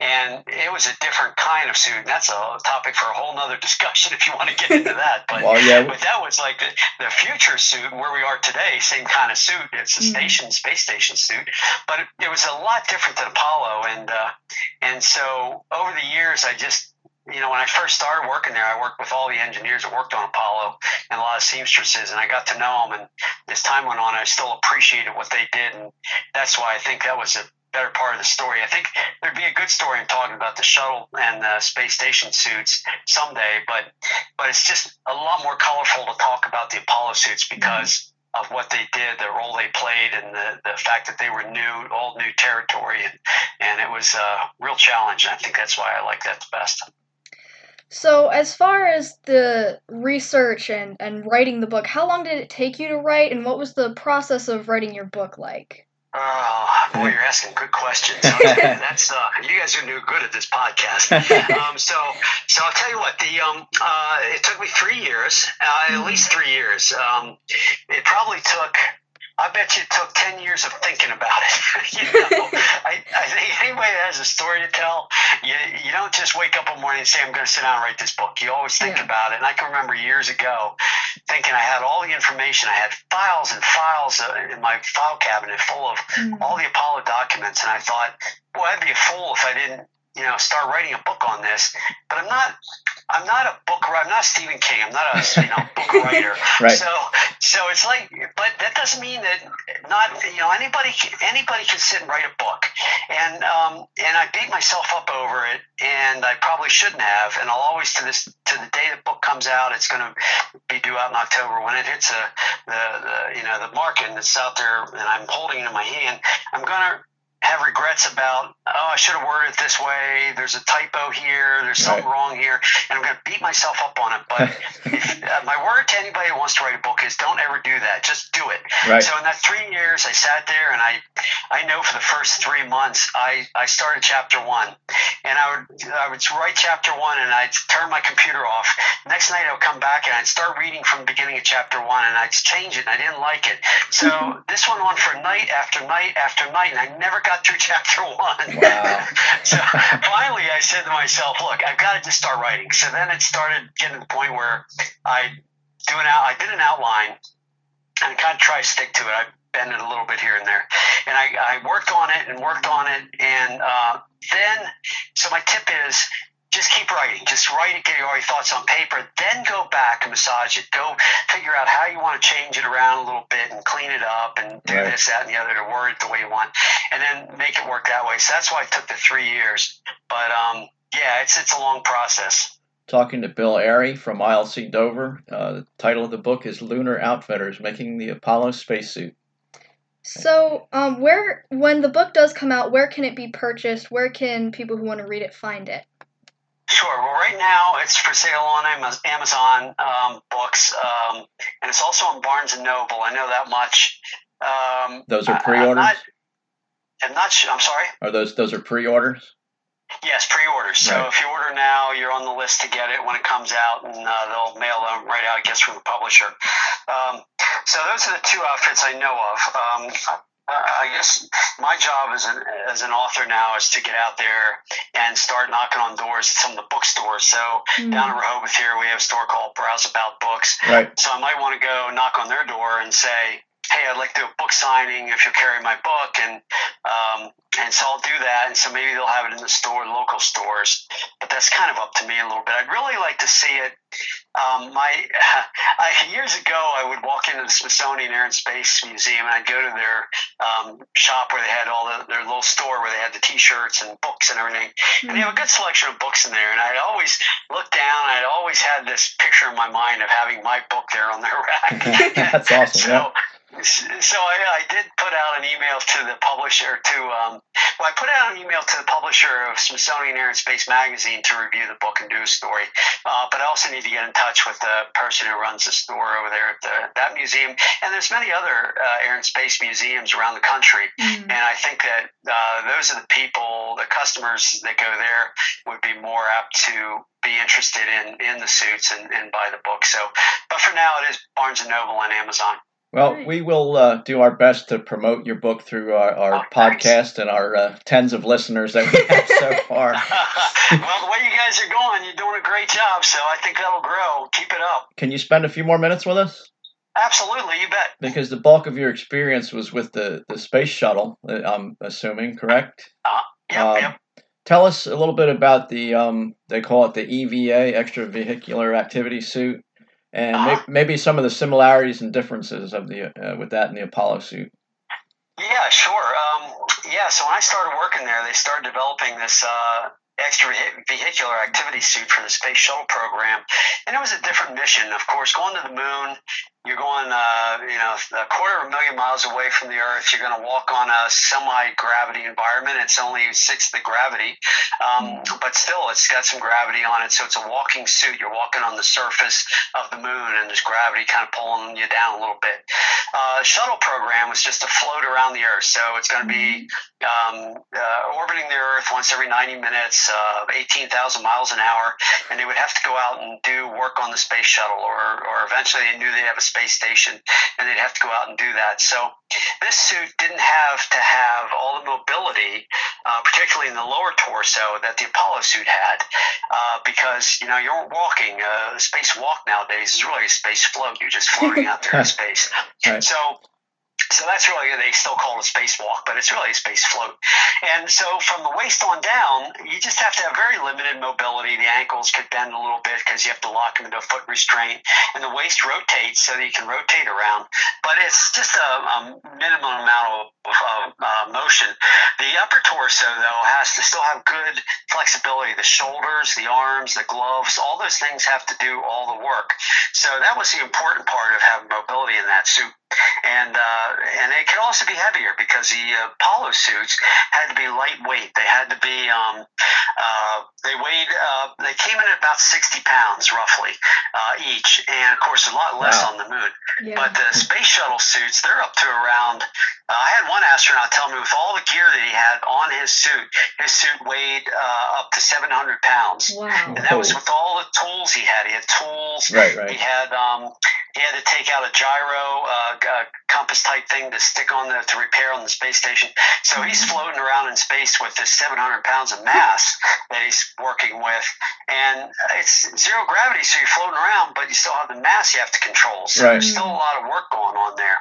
Speaker 5: and it was a different kind of suit. And that's a topic for a whole nother discussion if you want to get into that. But
Speaker 1: Well, yeah,
Speaker 5: but that was like the, the future suit where we are today, same kind of suit. It's a
Speaker 2: Mhm.
Speaker 5: station, space station suit, but it, it was a lot different than Apollo. And uh, and so over the years, I just you know when I first started working there, I worked with all the engineers that worked on Apollo and a lot of seamstresses, and I got to know them. And as time went on, I still appreciated what they did, and that's why I think that was a better part of the story. I think there'd be a good story in talking about the shuttle and the space station suits someday, but but it's just a lot more colorful to talk about the Apollo suits because of what they did, the role they played, and the, the fact that they were new, all new territory, and, and it was a real challenge. And I think that's why I like that the best.
Speaker 2: So, as far as the research and, and writing the book, how long did it take you to write, and what was the process of writing your book like?
Speaker 5: Oh, boy, you're asking good questions. Okay, that's uh, you guys are new good at this podcast. Um, so, so I'll tell you what. The um, uh, it took me three years, uh, at least three years. Um, it probably took. I bet you it took ten years of thinking about it. you know, I, I think anybody that has a story to tell, you, you don't just wake up one morning and say, "I'm going to sit down and write this book." You always think
Speaker 2: Yeah.
Speaker 5: about it. And I can remember years ago, thinking I had all the information. I had files and files uh, in my file cabinet full of
Speaker 2: Hmm.
Speaker 5: all the Apollo documents, and I thought, well, I'd be a fool if I didn't, you know, start writing a book on this. But I'm not. I'm not a book. wri- I'm not Stephen King. I'm not a you know book writer.
Speaker 1: Right.
Speaker 5: So so it's like, but that doesn't mean that not you know anybody can- anybody can sit and write a book. And um and I beat myself up over it, and I probably shouldn't have. And I'll always to this to the day the book comes out, it's going to be due out in October. When it hits a the, the you know the market and it's out there, and I'm holding it in my hand, I'm gonna have regrets about oh I should have worded it this way. There's a typo here. There's something wrong here, and I'm gonna beat myself up on it. But if, uh, my word to anybody who wants to write a book is don't ever do that. Just do it.
Speaker 1: right.
Speaker 5: So in that three years, I sat there and I, I know for the first three months, I, I started chapter one, and I would I would write chapter one and I'd turn my computer off. Next night I would come back and I'd start reading from the beginning of chapter one and I'd change it and I didn't like it. So this one went for night after night after night and I never got through chapter one.
Speaker 1: Wow.
Speaker 5: so
Speaker 1: Uh,
Speaker 5: finally I said to myself, look, I've got to just start writing. So then it started getting to the point where I do an out, I did an outline and I kind of try to stick to it. I bend it a little bit here and there. And I, I worked on it and worked on it. And uh, then, so my tip is just keep writing. Just write it, get all your thoughts on paper. Then go back and massage it. Go figure out how you want to change it around a little bit and clean it up and do
Speaker 1: Right.
Speaker 5: this, that, and the other to word it the way you want. And then make it work that way. So that's why it took the three years. But um, yeah, it's, it's a long process.
Speaker 1: Talking to Bill Airy from ILC Dover. Uh, the title of the book is Lunar Outfitters Making the Apollo Spacesuit.
Speaker 2: So, um, where when the book does come out, where can it be purchased? Where can people who want to read it find it?
Speaker 5: Sure. Well, right now it's for sale on Ama- Amazon um, Books, um, and it's also on Barnes and Noble. I know that much. Um,
Speaker 1: Those are
Speaker 5: I- I'm
Speaker 1: pre-orders.
Speaker 5: not- I'm not sure. I'm sorry.
Speaker 1: Are those those are pre-orders?
Speaker 5: Yes, pre-order. So
Speaker 1: Right.
Speaker 5: if you order now, you're on the list to get it when it comes out, and uh, they'll mail them right out, I guess, from the publisher. Um, so those are the two outfits I know of. Um, I I guess my job as an as an author now is to get out there and start knocking on doors at some of the bookstores. So
Speaker 2: Hmm.
Speaker 5: down in Rehoboth here, we have a store called Browse About Books.
Speaker 1: Right.
Speaker 5: So I might want to go knock on their door and say, "Hey, I'd like to do a book signing if you'll carry my book," and um, and so I'll do that. And so maybe they'll have it in the store, local stores. But that's kind of up to me a little bit. I'd really like to see it. Um, my I, years ago, I would walk into the Smithsonian Air and Space Museum, and I'd go to their um, shop where they had all the, their little store where they had the T-shirts and books and everything and they have a good selection of books in there. And I'd always look down. and I'd always had this picture in my mind of having my book there on their rack.
Speaker 1: That's awesome. yeah.
Speaker 5: so, so I, I did put out an email to the publisher to um, well, I put out an email to the publisher of Smithsonian Air and Space Magazine to review the book and do a story. Uh, but I also need to get in touch with the person who runs the store over there at the, that museum. And there's many other uh, air and space museums around the country.
Speaker 2: Mm.
Speaker 5: And I think that uh, those are the people, the customers that go there would be more apt to be interested in, in the suits and, and buy the book. So, but for now, it is Barnes and Noble and Amazon.
Speaker 1: Well,
Speaker 2: Right.
Speaker 1: we will uh, do our best to promote your book through our, our
Speaker 5: Oh, thanks.
Speaker 1: podcast and our uh, tens of listeners that we have so far.
Speaker 5: well, the way you guys are going, you're doing a great job. So I think that'll grow. Keep it up.
Speaker 1: Can you spend a few more minutes with us?
Speaker 5: Absolutely. You bet.
Speaker 1: Because the bulk of your experience was with the, the space shuttle, uh, I'm assuming, correct?
Speaker 5: Yep.
Speaker 1: Um,
Speaker 5: yep.
Speaker 1: Tell us a little bit about the um, they call it the EVA, extravehicular activity suit, and may-
Speaker 5: Uh-huh.
Speaker 1: maybe some of the similarities and differences of the uh, with that and the Apollo suit.
Speaker 5: Yeah, sure. Um, yeah, so when I started working there, they started developing this uh, extravehicular activity suit for the space shuttle program, and it was a different mission. Of course, going to the moon, you're going, uh, you know, a quarter of a million miles away from the Earth. You're going to walk on a semi-gravity environment. It's only sixth the gravity, um, but still, it's got some gravity on it. So it's a walking suit. You're walking on the surface of the moon, and there's gravity kind of pulling you down a little bit uh, shuttle program was just to float around the Earth. So it's going to be um, uh, orbiting the Earth once every 90 minutes, uh, 18,000 miles an hour, and they would have to go out and do work on the space shuttle, or, or eventually they knew they'd have a space station, and they'd have to go out and do that. So this suit didn't have to have all the mobility, uh, particularly in the lower torso, that the Apollo suit had, uh, because you know you're walking. Uh, space walk nowadays is really a space float. You're just floating out there in space.
Speaker 1: Right.
Speaker 5: So, so that's really they still call it a spacewalk, but it's really a space float. And so, from the waist on down, you just have to have very limited mobility. The ankles could bend a little bit because you have to lock them into a foot restraint, and the waist rotates so that you can rotate around. But it's just a, a minimum amount of, of uh, motion. The upper torso, though, has to still have good flexibility. The shoulders, the arms, the gloves, all those things have to do all the work. So that was the important part of having mobility in that suit. And uh, and it could also be heavier because the uh, Apollo suits had to be lightweight. They had to be um, uh, they weighed uh, they came in at about sixty pounds roughly uh, each, and of course a lot less
Speaker 1: Wow.
Speaker 5: on the moon.
Speaker 2: yeah.
Speaker 5: But the space shuttle suits, they're up to around. Uh, I had one astronaut tell me with all the gear that he had on his suit, his suit weighed uh, up to 700 pounds.
Speaker 2: Wow.
Speaker 5: And that was with all the tools he had. He had tools.
Speaker 1: Right,
Speaker 5: He
Speaker 1: right.
Speaker 5: had um, he had to take out a gyro uh, g- uh, compass type thing to stick on the to repair on the space station. So he's floating around in space with this 700 pounds of mass that he's working with, and it's zero gravity, so you're floating around, but you still have the mass you have to control. So
Speaker 1: Right.
Speaker 5: there's still a lot of work going on there,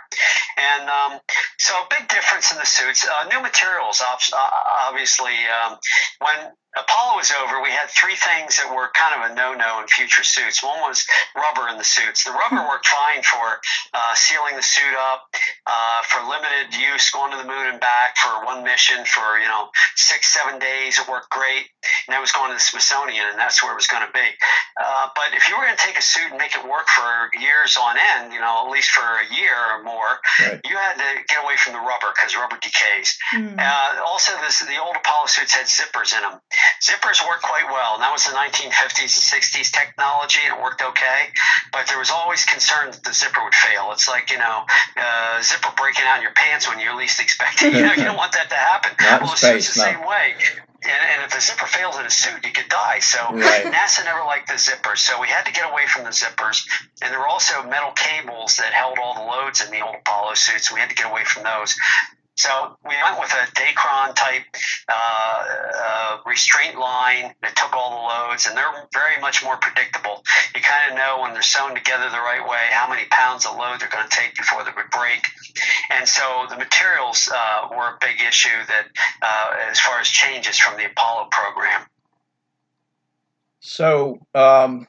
Speaker 5: and um, so a big difference in the suits. Uh, new materials, obs- uh, obviously. Um, when Apollo was over, we had three things that were kind of a no-no in future suits. One was rubber in the suits. The rubber worked fine for uh, sealing the suit up, uh, for limited use, going to the moon and back for one mission for you know six, seven days. It worked great, and that was going to the Smithsonian, and that's where it was going to be. Uh, but if you were going to take a suit and make it work for years on end, you know, at least for a year or more,
Speaker 1: Right.
Speaker 5: you had to get away from the rubber because rubber decays.
Speaker 2: Mm.
Speaker 1: Mm-hmm.
Speaker 5: Uh, also, this, the old Apollo suits had zippers in them. Zippers worked quite well, and that was the 1950s and 60s technology, and it worked okay. But there was always concern that the zipper would fail. It's like, you know, uh, zipper breaking out in your pants when you least expect it. You know, you don't want that to happen.
Speaker 1: Not in
Speaker 5: well, the suit's
Speaker 1: space,
Speaker 5: the
Speaker 1: no.
Speaker 5: same way. and, and if the zipper fails in a suit, you could die. So
Speaker 1: Right.
Speaker 5: NASA never liked the zippers, so we had to get away from the zippers. And there were also metal cables that held all the loads in the old Apollo suits. We had to get away from those. So we went with a Dacron type uh, uh, restraint line that took all the loads, and they're very much more predictable. You kind of know when they're sewn together the right way how many pounds of load they're going to take before they would break. And so the materials uh, were a big issue that, uh, as far as changes from the Apollo program.
Speaker 1: So um,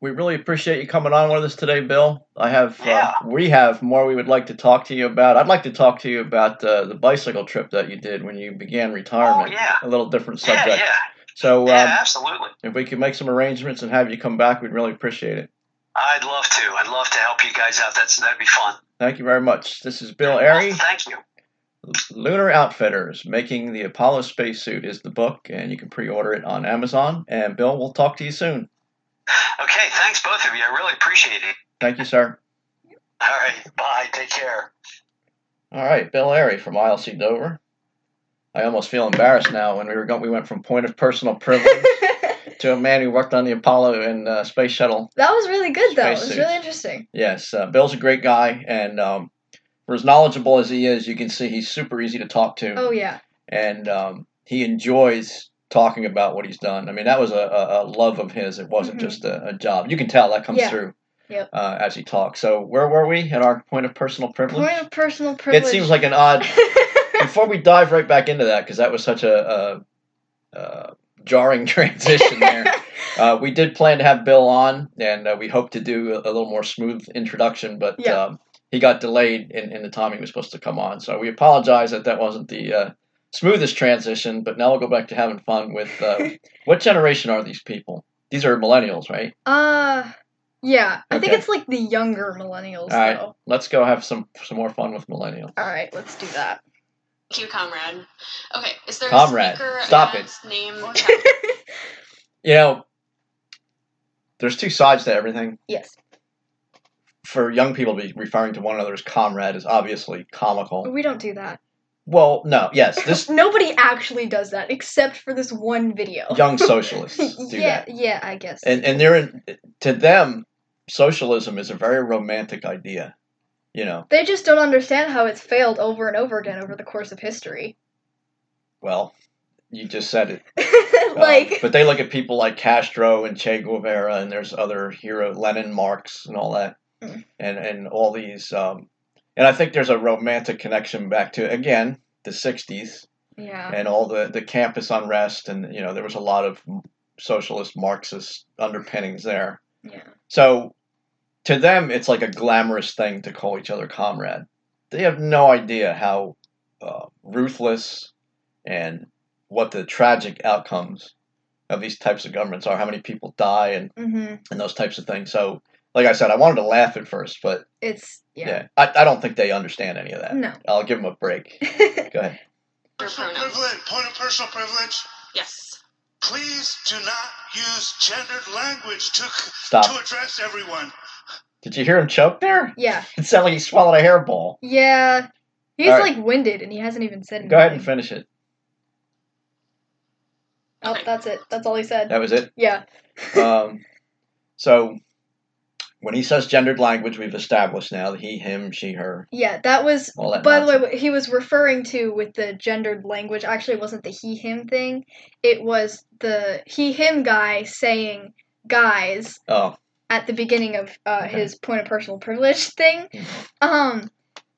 Speaker 1: we really appreciate you coming on with us today, Bill. I have
Speaker 5: Yeah.
Speaker 1: uh, we have more we would like to talk to you about. I'd like to talk to you about uh, the bicycle trip that you did when you began retirement.
Speaker 5: Oh, yeah.
Speaker 1: A little different subject.
Speaker 5: Yeah, yeah,
Speaker 1: So um,
Speaker 5: yeah, absolutely.
Speaker 1: if we could make some arrangements and have you come back, we'd really appreciate it.
Speaker 5: I'd love to. I'd love to help you guys out. That's that'd be fun.
Speaker 1: Thank you very much. This is Bill Airy.
Speaker 5: Thank you.
Speaker 1: Lunar Outfitters Making the Apollo Spacesuit is the book, and you can pre order it on Amazon. And Bill, we'll talk to you soon.
Speaker 5: Okay, thanks both of you. I really appreciate it.
Speaker 1: Thank you, sir.
Speaker 5: All right, bye. Take care.
Speaker 1: All right, Bill Airy from ILC Dover. I almost feel embarrassed now when we were going, we went from point of personal privilege
Speaker 2: that
Speaker 1: to a man who worked on the Apollo and uh, space shuttle.
Speaker 2: was really good though. It was
Speaker 1: Spacesuits.
Speaker 2: really interesting.
Speaker 1: Yes, uh, Bill's a great guy, and um, for as knowledgeable as he is, you can see he's super easy to talk to.
Speaker 2: Oh yeah.
Speaker 1: and um, he enjoys talking about what he's done. I mean, that was a, a, a love of his. It wasn't
Speaker 2: Mhm.
Speaker 1: just a, a job. You can tell that comes
Speaker 2: Yeah.
Speaker 1: through
Speaker 2: Yep.
Speaker 1: uh, as he talks. So where were we at our point of personal privilege?
Speaker 2: Point of personal privilege.
Speaker 1: It seems like an odd. Before we dive right back into that, because that was such a, a, a jarring transition there. Uh, we did plan to have Bill on, and uh, we hoped to do a, a little more smooth introduction, but
Speaker 2: Yeah.
Speaker 1: um, he got delayed in, in the time he was supposed to come on. So we apologize that that wasn't the uh, smoothest transition, but now we'll go back to having fun with uh, what generation are these people? These are millennials, right?
Speaker 2: uh yeah. I think
Speaker 1: Okay.
Speaker 2: it's like the younger millennials
Speaker 1: All right.
Speaker 2: though.
Speaker 1: Let's go have some some more fun with millennials.
Speaker 2: All right, let's do that.
Speaker 3: Thank you, comrade. Okay, is there
Speaker 1: Comrade,
Speaker 3: a speaker
Speaker 1: stop it.
Speaker 3: announced name?
Speaker 1: You know, there's two sides to everything.
Speaker 2: Yes.
Speaker 1: For young people to be referring to one another as comrade is obviously comical.
Speaker 2: We don't do that.
Speaker 1: Well, no, yes, this
Speaker 2: Nobody actually does that except for this one video.
Speaker 1: young socialists do that.
Speaker 2: yeah, yeah, I guess.
Speaker 1: and and they're in, to them socialism is a very romantic idea you know
Speaker 2: they just don't understand how it's failed over and over again over the course of history.
Speaker 1: well you just said it Uh,
Speaker 2: like
Speaker 1: but they look at people like castro and che guevara and there's other hero lenin marx and all that
Speaker 2: Mm.
Speaker 1: and and all these um and i think there's a romantic connection back to again the 60s
Speaker 2: yeah.
Speaker 1: and all the the campus unrest and you know there was a lot of socialist marxist underpinnings there
Speaker 2: Yeah.
Speaker 1: So to them, it's like a glamorous thing to call each other comrade. They have no idea how uh, ruthless and what the tragic outcomes of these types of governments are, how many people die and,
Speaker 2: Mhm.
Speaker 1: and those types of things. So, like I said, I wanted to laugh at first, but
Speaker 2: It's
Speaker 1: yeah,
Speaker 2: yeah.
Speaker 1: I, I don't think they understand any of that.
Speaker 2: No.
Speaker 1: I'll give them a break. Go ahead.
Speaker 6: Personal
Speaker 3: Pronouns.
Speaker 6: privilege, point of personal privilege.
Speaker 3: Yes.
Speaker 6: Please do not use gendered language to to
Speaker 1: Stop.
Speaker 6: address everyone.
Speaker 1: Did you hear him choke there?
Speaker 2: yeah.
Speaker 1: It sounded like he swallowed a hairball.
Speaker 2: Yeah. He's
Speaker 1: All right.
Speaker 2: like winded and he hasn't even said anything.
Speaker 1: Go ahead and finish it.
Speaker 2: Oh, that's it. That's all he said.
Speaker 1: That was it.
Speaker 2: Yeah.
Speaker 1: um, so when he says gendered language, we've established now that he, him, she, her,
Speaker 2: Yeah, that was
Speaker 1: all that.
Speaker 2: by the way
Speaker 1: nonsense.
Speaker 2: what he was referring to with the gendered language actually it wasn't the he him thing. It was the he him guy saying guys
Speaker 1: oh,
Speaker 2: at the beginning of uh,
Speaker 1: Okay.
Speaker 2: his point of personal privilege thing.
Speaker 1: Mhm.
Speaker 2: Um,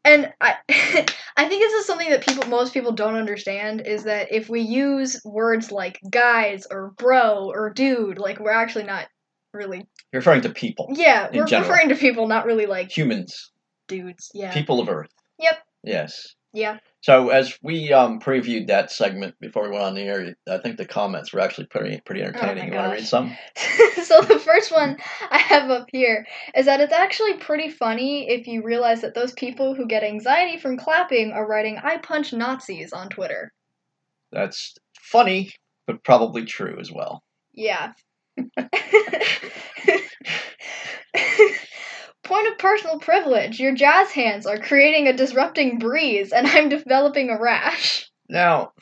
Speaker 2: and I, I think this is something that people, most people don't understand is that if we use words like guys or bro or dude, like we're actually not really,
Speaker 1: you're referring to people,
Speaker 2: yeah,
Speaker 1: In
Speaker 2: we're
Speaker 1: general.
Speaker 2: referring to people, not really like
Speaker 1: humans,
Speaker 2: dudes. Yeah.
Speaker 1: people of Earth.
Speaker 2: Yep.
Speaker 1: Yes.
Speaker 2: Yeah.
Speaker 1: So as we um, previewed that segment before we went on the air, I think the comments were actually pretty pretty entertaining. you want to
Speaker 2: Oh gosh.
Speaker 1: read some?
Speaker 2: so the first one I have up here is that it's actually pretty funny if you realize that those people who get anxiety from clapping are writing "I punch Nazis" on Twitter.
Speaker 1: That's funny, but probably true as well.
Speaker 2: Yeah. Point of personal privilege. Your jazz hands are creating a disrupting breeze, and I'm developing a rash.
Speaker 1: Now,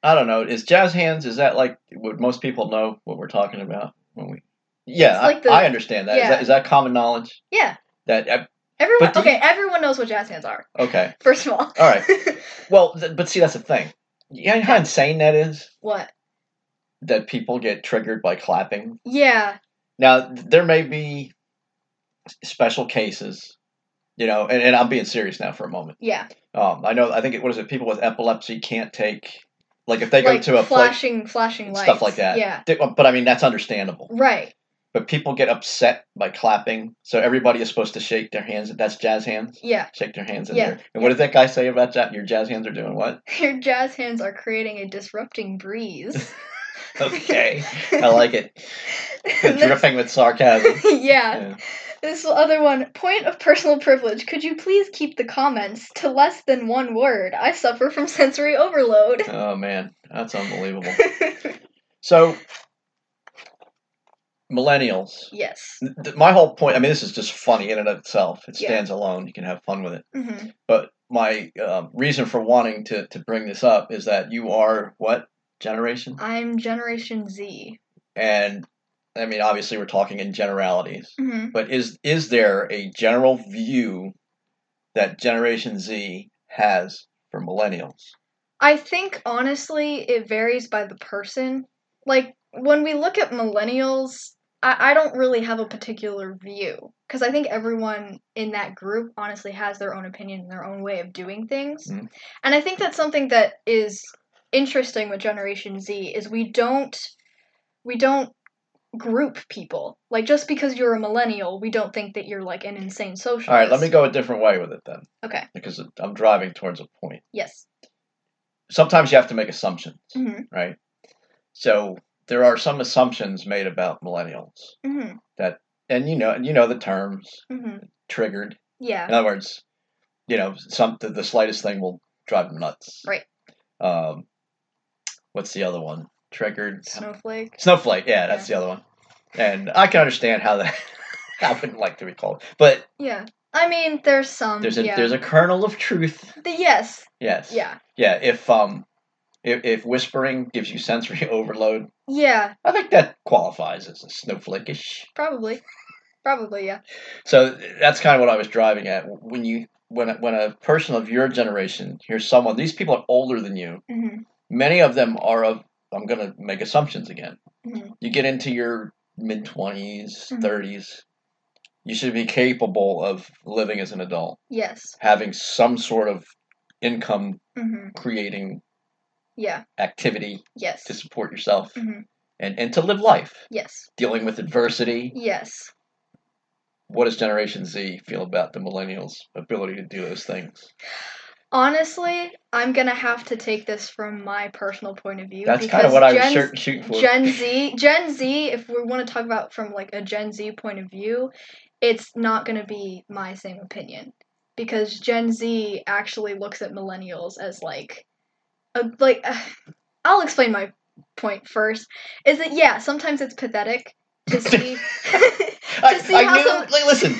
Speaker 1: I don't know. Is jazz hands? Is that like what most people know what we're talking about when we? Yeah,
Speaker 2: It's like
Speaker 1: I,
Speaker 2: the-
Speaker 1: I understand that. Is
Speaker 2: yeah.
Speaker 1: that is that common knowledge?
Speaker 2: Yeah.
Speaker 1: That I-
Speaker 2: Everyone.
Speaker 1: But do
Speaker 2: Okay, everyone knows what jazz hands are.
Speaker 1: okay.
Speaker 2: First of all.
Speaker 1: All right. Well, th- but see, that's the thing. You know how insane that is
Speaker 2: what?
Speaker 1: that people get triggered by clapping.
Speaker 2: Yeah.
Speaker 1: Now th- there may be s- special cases, you know, and, and I'm being serious now for a moment.
Speaker 2: Yeah.
Speaker 1: Um, I know. I think it, what is it? People with epilepsy can't take like if they
Speaker 2: like
Speaker 1: go to a place,
Speaker 2: flashing, flashing lights.
Speaker 1: stuff like that.
Speaker 2: Yeah.
Speaker 1: They- but I mean that's understandable.
Speaker 2: Right.
Speaker 1: But people get upset by clapping, so everybody is supposed to shake their hands. That's jazz hands.
Speaker 2: Yeah.
Speaker 1: Shake their hands in
Speaker 2: Yeah.
Speaker 1: there. And what did that guy say about that? Your jazz hands are doing what?
Speaker 2: Your jazz hands are creating a disrupting breeze.
Speaker 1: Okay, I like it.
Speaker 2: And this-
Speaker 1: Dripping with sarcasm.
Speaker 2: yeah.
Speaker 1: Yeah.
Speaker 2: This other one, point of personal privilege. Could you please keep the comments to less than one word? I suffer from sensory overload.
Speaker 1: Oh man, that's unbelievable. So, millennials.
Speaker 2: yes.
Speaker 1: Th- th- My whole point. I mean, this is just funny in and of itself. It
Speaker 2: Yeah.
Speaker 1: stands alone. You can have fun with it.
Speaker 2: hmm
Speaker 1: But my um, reason for wanting to to bring this up is that you are what generation?
Speaker 2: I'm Generation Z.
Speaker 1: And I mean, obviously, we're talking in generalities.
Speaker 2: hmm
Speaker 1: But is is there a general view that Generation Z has for millennials?
Speaker 2: I think honestly, it varies by the person. Like when we look at millennials, I, I don't really have a particular view because I think everyone in that group honestly has their own opinion and their own way of doing things.
Speaker 1: Mhm.
Speaker 2: And I think that's something that is interesting with Generation Z is we don't we don't group people. Like just because you're a millennial, we don't think that you're like an insane socialist.
Speaker 1: All right, let me go a different way with it then,
Speaker 2: Okay.
Speaker 1: because I'm driving towards a point.
Speaker 2: Yes.
Speaker 1: Sometimes you have to make assumptions,
Speaker 2: Mhm.
Speaker 1: right? So there are some assumptions made about millennials,
Speaker 2: Mhm.
Speaker 1: and you know, you know the terms
Speaker 2: Mhm.
Speaker 1: triggered.
Speaker 2: Yeah.
Speaker 1: In other words, you know, some the, the slightest thing will drive them nuts.
Speaker 2: Right.
Speaker 1: Um, what's the other one? Triggered.
Speaker 2: Snowflake.
Speaker 1: Snowflake. Yeah, that's the other one. And I can understand how that. I wouldn't like to be called, but
Speaker 2: Yeah. I mean, there's some.
Speaker 1: there's a
Speaker 2: Um, yeah.
Speaker 1: there's a kernel of truth.
Speaker 2: The- yes.
Speaker 1: Yes.
Speaker 2: Yeah.
Speaker 1: Yeah. If um, if, if whispering gives you sensory overload,
Speaker 2: Yeah.
Speaker 1: I think that qualifies as a snowflakeish.
Speaker 2: Probably. Probably. Yeah.
Speaker 1: So that's kind of what I was driving at. When you when a, when a person of your generation hears someone, these people are older than you.
Speaker 2: hmm
Speaker 1: Many of them are of. I'm gonna make assumptions again.
Speaker 2: Mhm.
Speaker 1: You get into your mid 20s
Speaker 2: Mhm.
Speaker 1: 30s. You should be capable of living as an adult,
Speaker 2: Yes.
Speaker 1: having some sort of income
Speaker 2: hmm
Speaker 1: creating
Speaker 2: Yeah.
Speaker 1: activity
Speaker 2: Yes.
Speaker 1: to support yourself
Speaker 2: Mhm.
Speaker 1: and, and to live life.
Speaker 2: yes.
Speaker 1: Dealing with adversity.
Speaker 2: Yes.
Speaker 1: What does Generation Z feel about the millennials' ability to do those things?
Speaker 2: Honestly, I'm gonna have to take this from my personal point of view.
Speaker 1: That's kind of
Speaker 2: because
Speaker 1: what I was
Speaker 2: Gen-
Speaker 1: shooting, shooting for.
Speaker 2: Gen Z. Gen Z. If we want to talk about from like a Gen Z point of view, it's not gonna be my same opinion because Gen Z actually looks at millennials as like, a, like. I'll explain my point first. Is that yeah? Sometimes it's pathetic to see.
Speaker 1: I,
Speaker 2: to see
Speaker 1: I
Speaker 2: how
Speaker 1: knew.
Speaker 2: some-
Speaker 1: like, listen,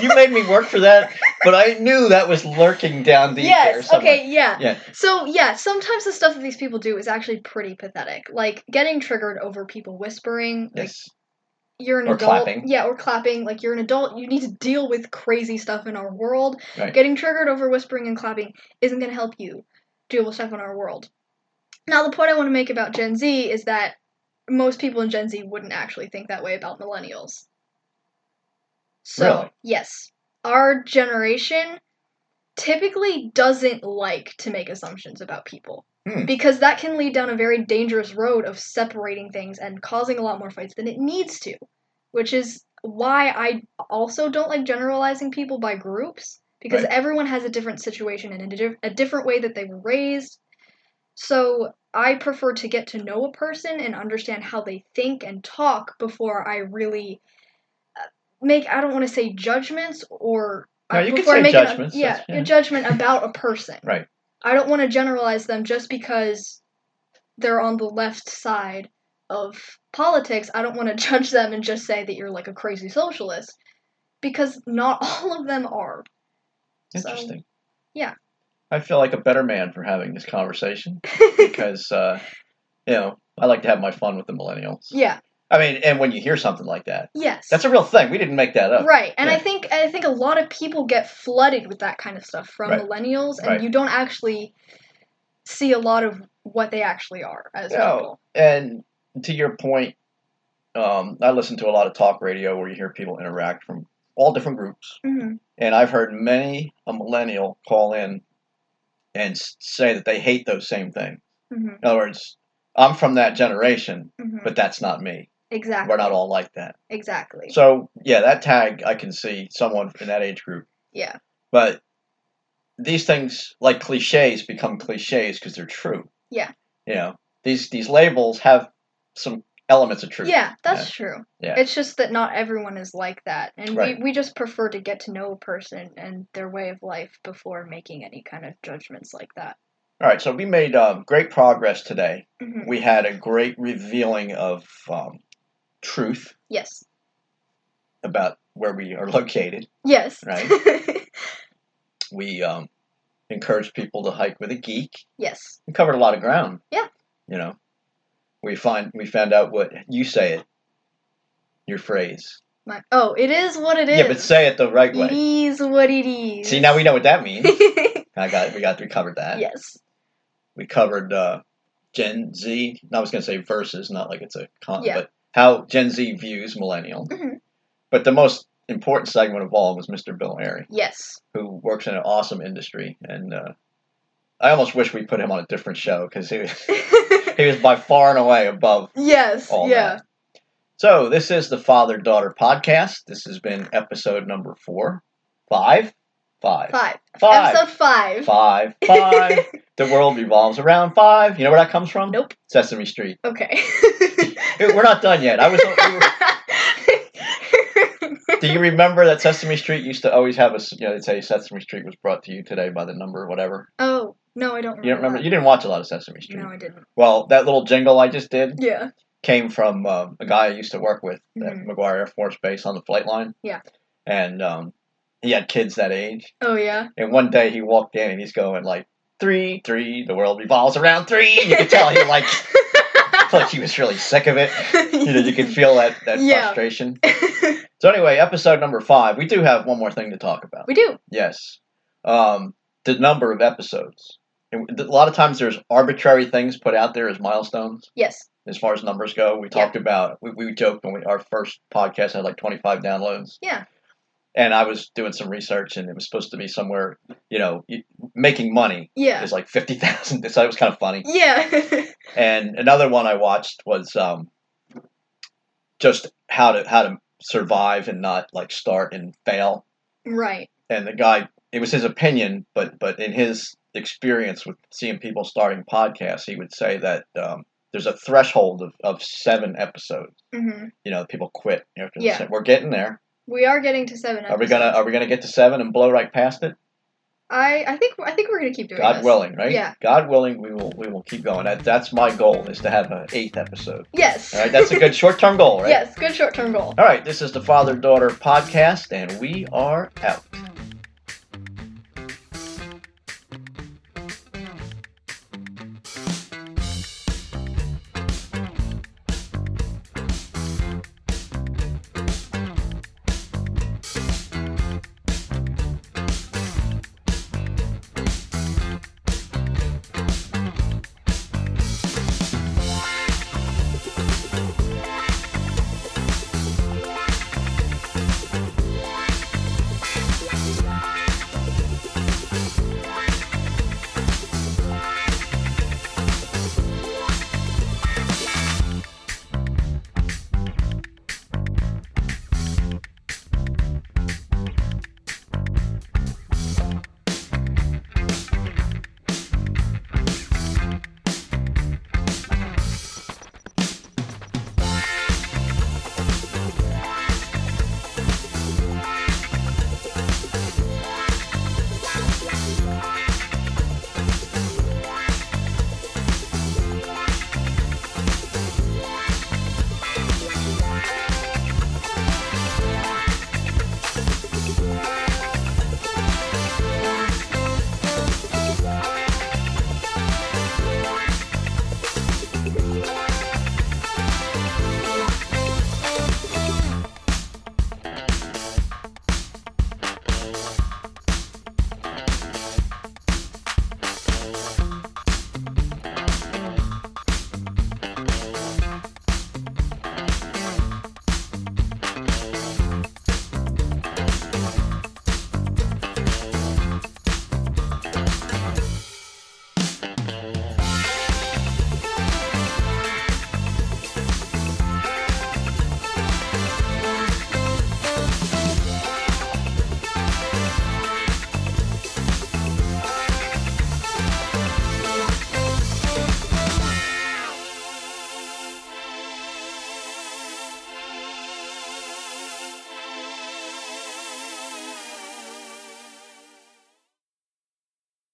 Speaker 1: you made me work for that, but I knew that was lurking down deep there.
Speaker 2: yes.
Speaker 1: somewhere.
Speaker 2: Okay. Yeah.
Speaker 1: Yeah.
Speaker 2: So yeah, sometimes the stuff that these people do is actually pretty pathetic. Like getting triggered over people whispering. Like
Speaker 1: Yes.
Speaker 2: you're an
Speaker 1: Or
Speaker 2: adult.
Speaker 1: clapping.
Speaker 2: Yeah, or clapping. Like you're an adult. You need to deal with crazy stuff in our world.
Speaker 1: Right.
Speaker 2: Getting triggered over whispering and clapping isn't going to help you deal with stuff in our world. Now, the point I want to make about Gen Z is that most people in Gen Z wouldn't actually think that way about millennials. So,
Speaker 1: Really?
Speaker 2: yes, our generation typically doesn't like to make assumptions about people
Speaker 1: Hmm.
Speaker 2: because that can lead down a very dangerous road of separating things and causing a lot more fights than it needs to, which is why I also don't like generalizing people by groups because
Speaker 1: Right.
Speaker 2: everyone has a different situation and a, diff- a different way that they were raised. So I prefer to get to know a person and understand how they think and talk before I really uh, make I don't want to say judgments or
Speaker 1: No,
Speaker 2: uh,
Speaker 1: you can
Speaker 2: before I
Speaker 1: say
Speaker 2: make an-
Speaker 1: judgments,
Speaker 2: yeah,
Speaker 1: that's- yeah.
Speaker 2: a judgment about a person.
Speaker 1: Right.
Speaker 2: I don't want to generalize them just because they're on the left side of politics. I don't want to judge them and just say that you're like a crazy socialist because not all of them are. So-
Speaker 1: Interesting.
Speaker 2: yeah.
Speaker 1: I feel like a better man for having this conversation because, uh, you know, I like to have my fun with the millennials.
Speaker 2: yeah.
Speaker 1: I mean, and when you hear something like that,
Speaker 2: Yes.
Speaker 1: that's a real thing. We didn't make that up.
Speaker 2: Right, and I
Speaker 1: Yeah.
Speaker 2: think I think a lot of people get flooded with that kind of stuff from
Speaker 1: Right.
Speaker 2: millennials, and
Speaker 1: Right.
Speaker 2: you don't actually see a lot of what they actually are as
Speaker 1: No.
Speaker 2: people.
Speaker 1: And to your point, um, I listen to a lot of talk radio where you hear people interact from all different groups,
Speaker 2: hmm
Speaker 1: and I've heard many a millennial call in and s- say that they hate those same things.
Speaker 2: hmm
Speaker 1: In other words, I'm from that generation,
Speaker 2: hmm
Speaker 1: but that's not me.
Speaker 2: Exactly.
Speaker 1: We're not all like that.
Speaker 2: Exactly.
Speaker 1: So yeah, that tag I can see someone in that age group.
Speaker 2: yeah.
Speaker 1: But these things, like cliches, become cliches because they're true.
Speaker 2: Yeah.
Speaker 1: You know, these these labels have some elements of truth.
Speaker 2: Yeah, that's true.
Speaker 1: Yeah.
Speaker 2: It's just that not everyone is like that, and
Speaker 1: Right.
Speaker 2: we, we just prefer to get to know a person and their way of life before making any kind of judgments like that.
Speaker 1: All right. So we made um, great progress today.
Speaker 2: hmm
Speaker 1: We had a great revealing of um, truth
Speaker 2: Yes.
Speaker 1: about where we are located.
Speaker 2: Yes.
Speaker 1: Right. We um, encourage people to hike with a geek.
Speaker 2: yes.
Speaker 1: we covered a lot of ground.
Speaker 2: Yeah.
Speaker 1: You know, we find we found out what you say it, your phrase.
Speaker 2: My, oh, it is what it is.
Speaker 1: yeah, but say it the right
Speaker 2: It
Speaker 1: way.
Speaker 2: is what it is.
Speaker 1: See, now we know what that means.
Speaker 2: know.
Speaker 1: I got we got we covered that.
Speaker 2: yes.
Speaker 1: We covered uh, Gen Z. I was gonna say versus, not like it's a con,
Speaker 2: Yeah.
Speaker 1: but how Gen Z views millennial.
Speaker 2: Mhm.
Speaker 1: But the most important segment of all was Mr. Bill Airy,
Speaker 2: Yes.
Speaker 1: who works in an awesome industry, and uh, I almost wish we put him on a different show because he was- he was by far and away above
Speaker 2: yes.
Speaker 1: all
Speaker 2: yeah.
Speaker 1: that. So this is the Father Daughter Podcast. This has been episode number four, five, five,
Speaker 2: Five.
Speaker 1: five,
Speaker 2: Episode five.
Speaker 1: five, five. the world revolves around five. You know where that comes from?
Speaker 2: Nope.
Speaker 1: Sesame Street.
Speaker 2: Okay.
Speaker 1: Hey, We're not done yet. I was. Do you remember that Sesame Street used to always have a? s- You know, they'd say Sesame Street was brought to you today by the number, whatever.
Speaker 2: oh no, I don't. Remember
Speaker 1: You don't remember?
Speaker 2: That.
Speaker 1: You didn't watch a lot of Sesame Street.
Speaker 2: Uh, No, I didn't.
Speaker 1: Well, that little jingle I just did
Speaker 2: Yeah.
Speaker 1: came from um, a guy I used to work with at
Speaker 2: Mhm.
Speaker 1: McGuire Air Force Base on the flight line.
Speaker 2: Yeah.
Speaker 1: And um, he had kids that age.
Speaker 2: Oh yeah.
Speaker 1: And one day he walked in and he's going like, three, three, the world revolves around three. And you could tell he like, like he was really sick of it. You know, you could feel that, that
Speaker 2: Yeah.
Speaker 1: frustration. So anyway, episode number five, we do have one more thing to talk about.
Speaker 2: we do.
Speaker 1: Yes. Um, the number of episodes. And A lot of times there's arbitrary things put out there as milestones
Speaker 2: Yes.
Speaker 1: as far as numbers go. We
Speaker 2: Yeah.
Speaker 1: talked about we, we joked when we, our first podcast had like 25 downloads.
Speaker 2: Yeah.
Speaker 1: And I was doing some research, and it was supposed to be somewhere, you know, y- making money
Speaker 2: Yeah.
Speaker 1: is like 50,000. So it was kind of funny.
Speaker 2: Yeah.
Speaker 1: And another one I watched was um, just how to how to survive and not like start and fail.
Speaker 2: right.
Speaker 1: And the guy, it was his opinion, but but in his experience with seeing people starting podcasts, he would say that um, there's a threshold of, of seven episodes
Speaker 2: hmm
Speaker 1: you know people quit after the
Speaker 2: Yeah.
Speaker 1: se- we're getting there
Speaker 2: We are getting to seven.
Speaker 1: are we gonna
Speaker 2: episodes.
Speaker 1: are we gonna get to seven and blow right past it
Speaker 2: I I think I think we're gonna keep doing
Speaker 1: god
Speaker 2: this.
Speaker 1: willing right
Speaker 2: Yeah.
Speaker 1: god willing we will we will keep going that, that's my goal is to have an eighth episode
Speaker 2: Yes.
Speaker 1: all right that's a good short-term goal right
Speaker 2: Yes. Good short term goal.
Speaker 1: all right this is the father daughter podcast and we are out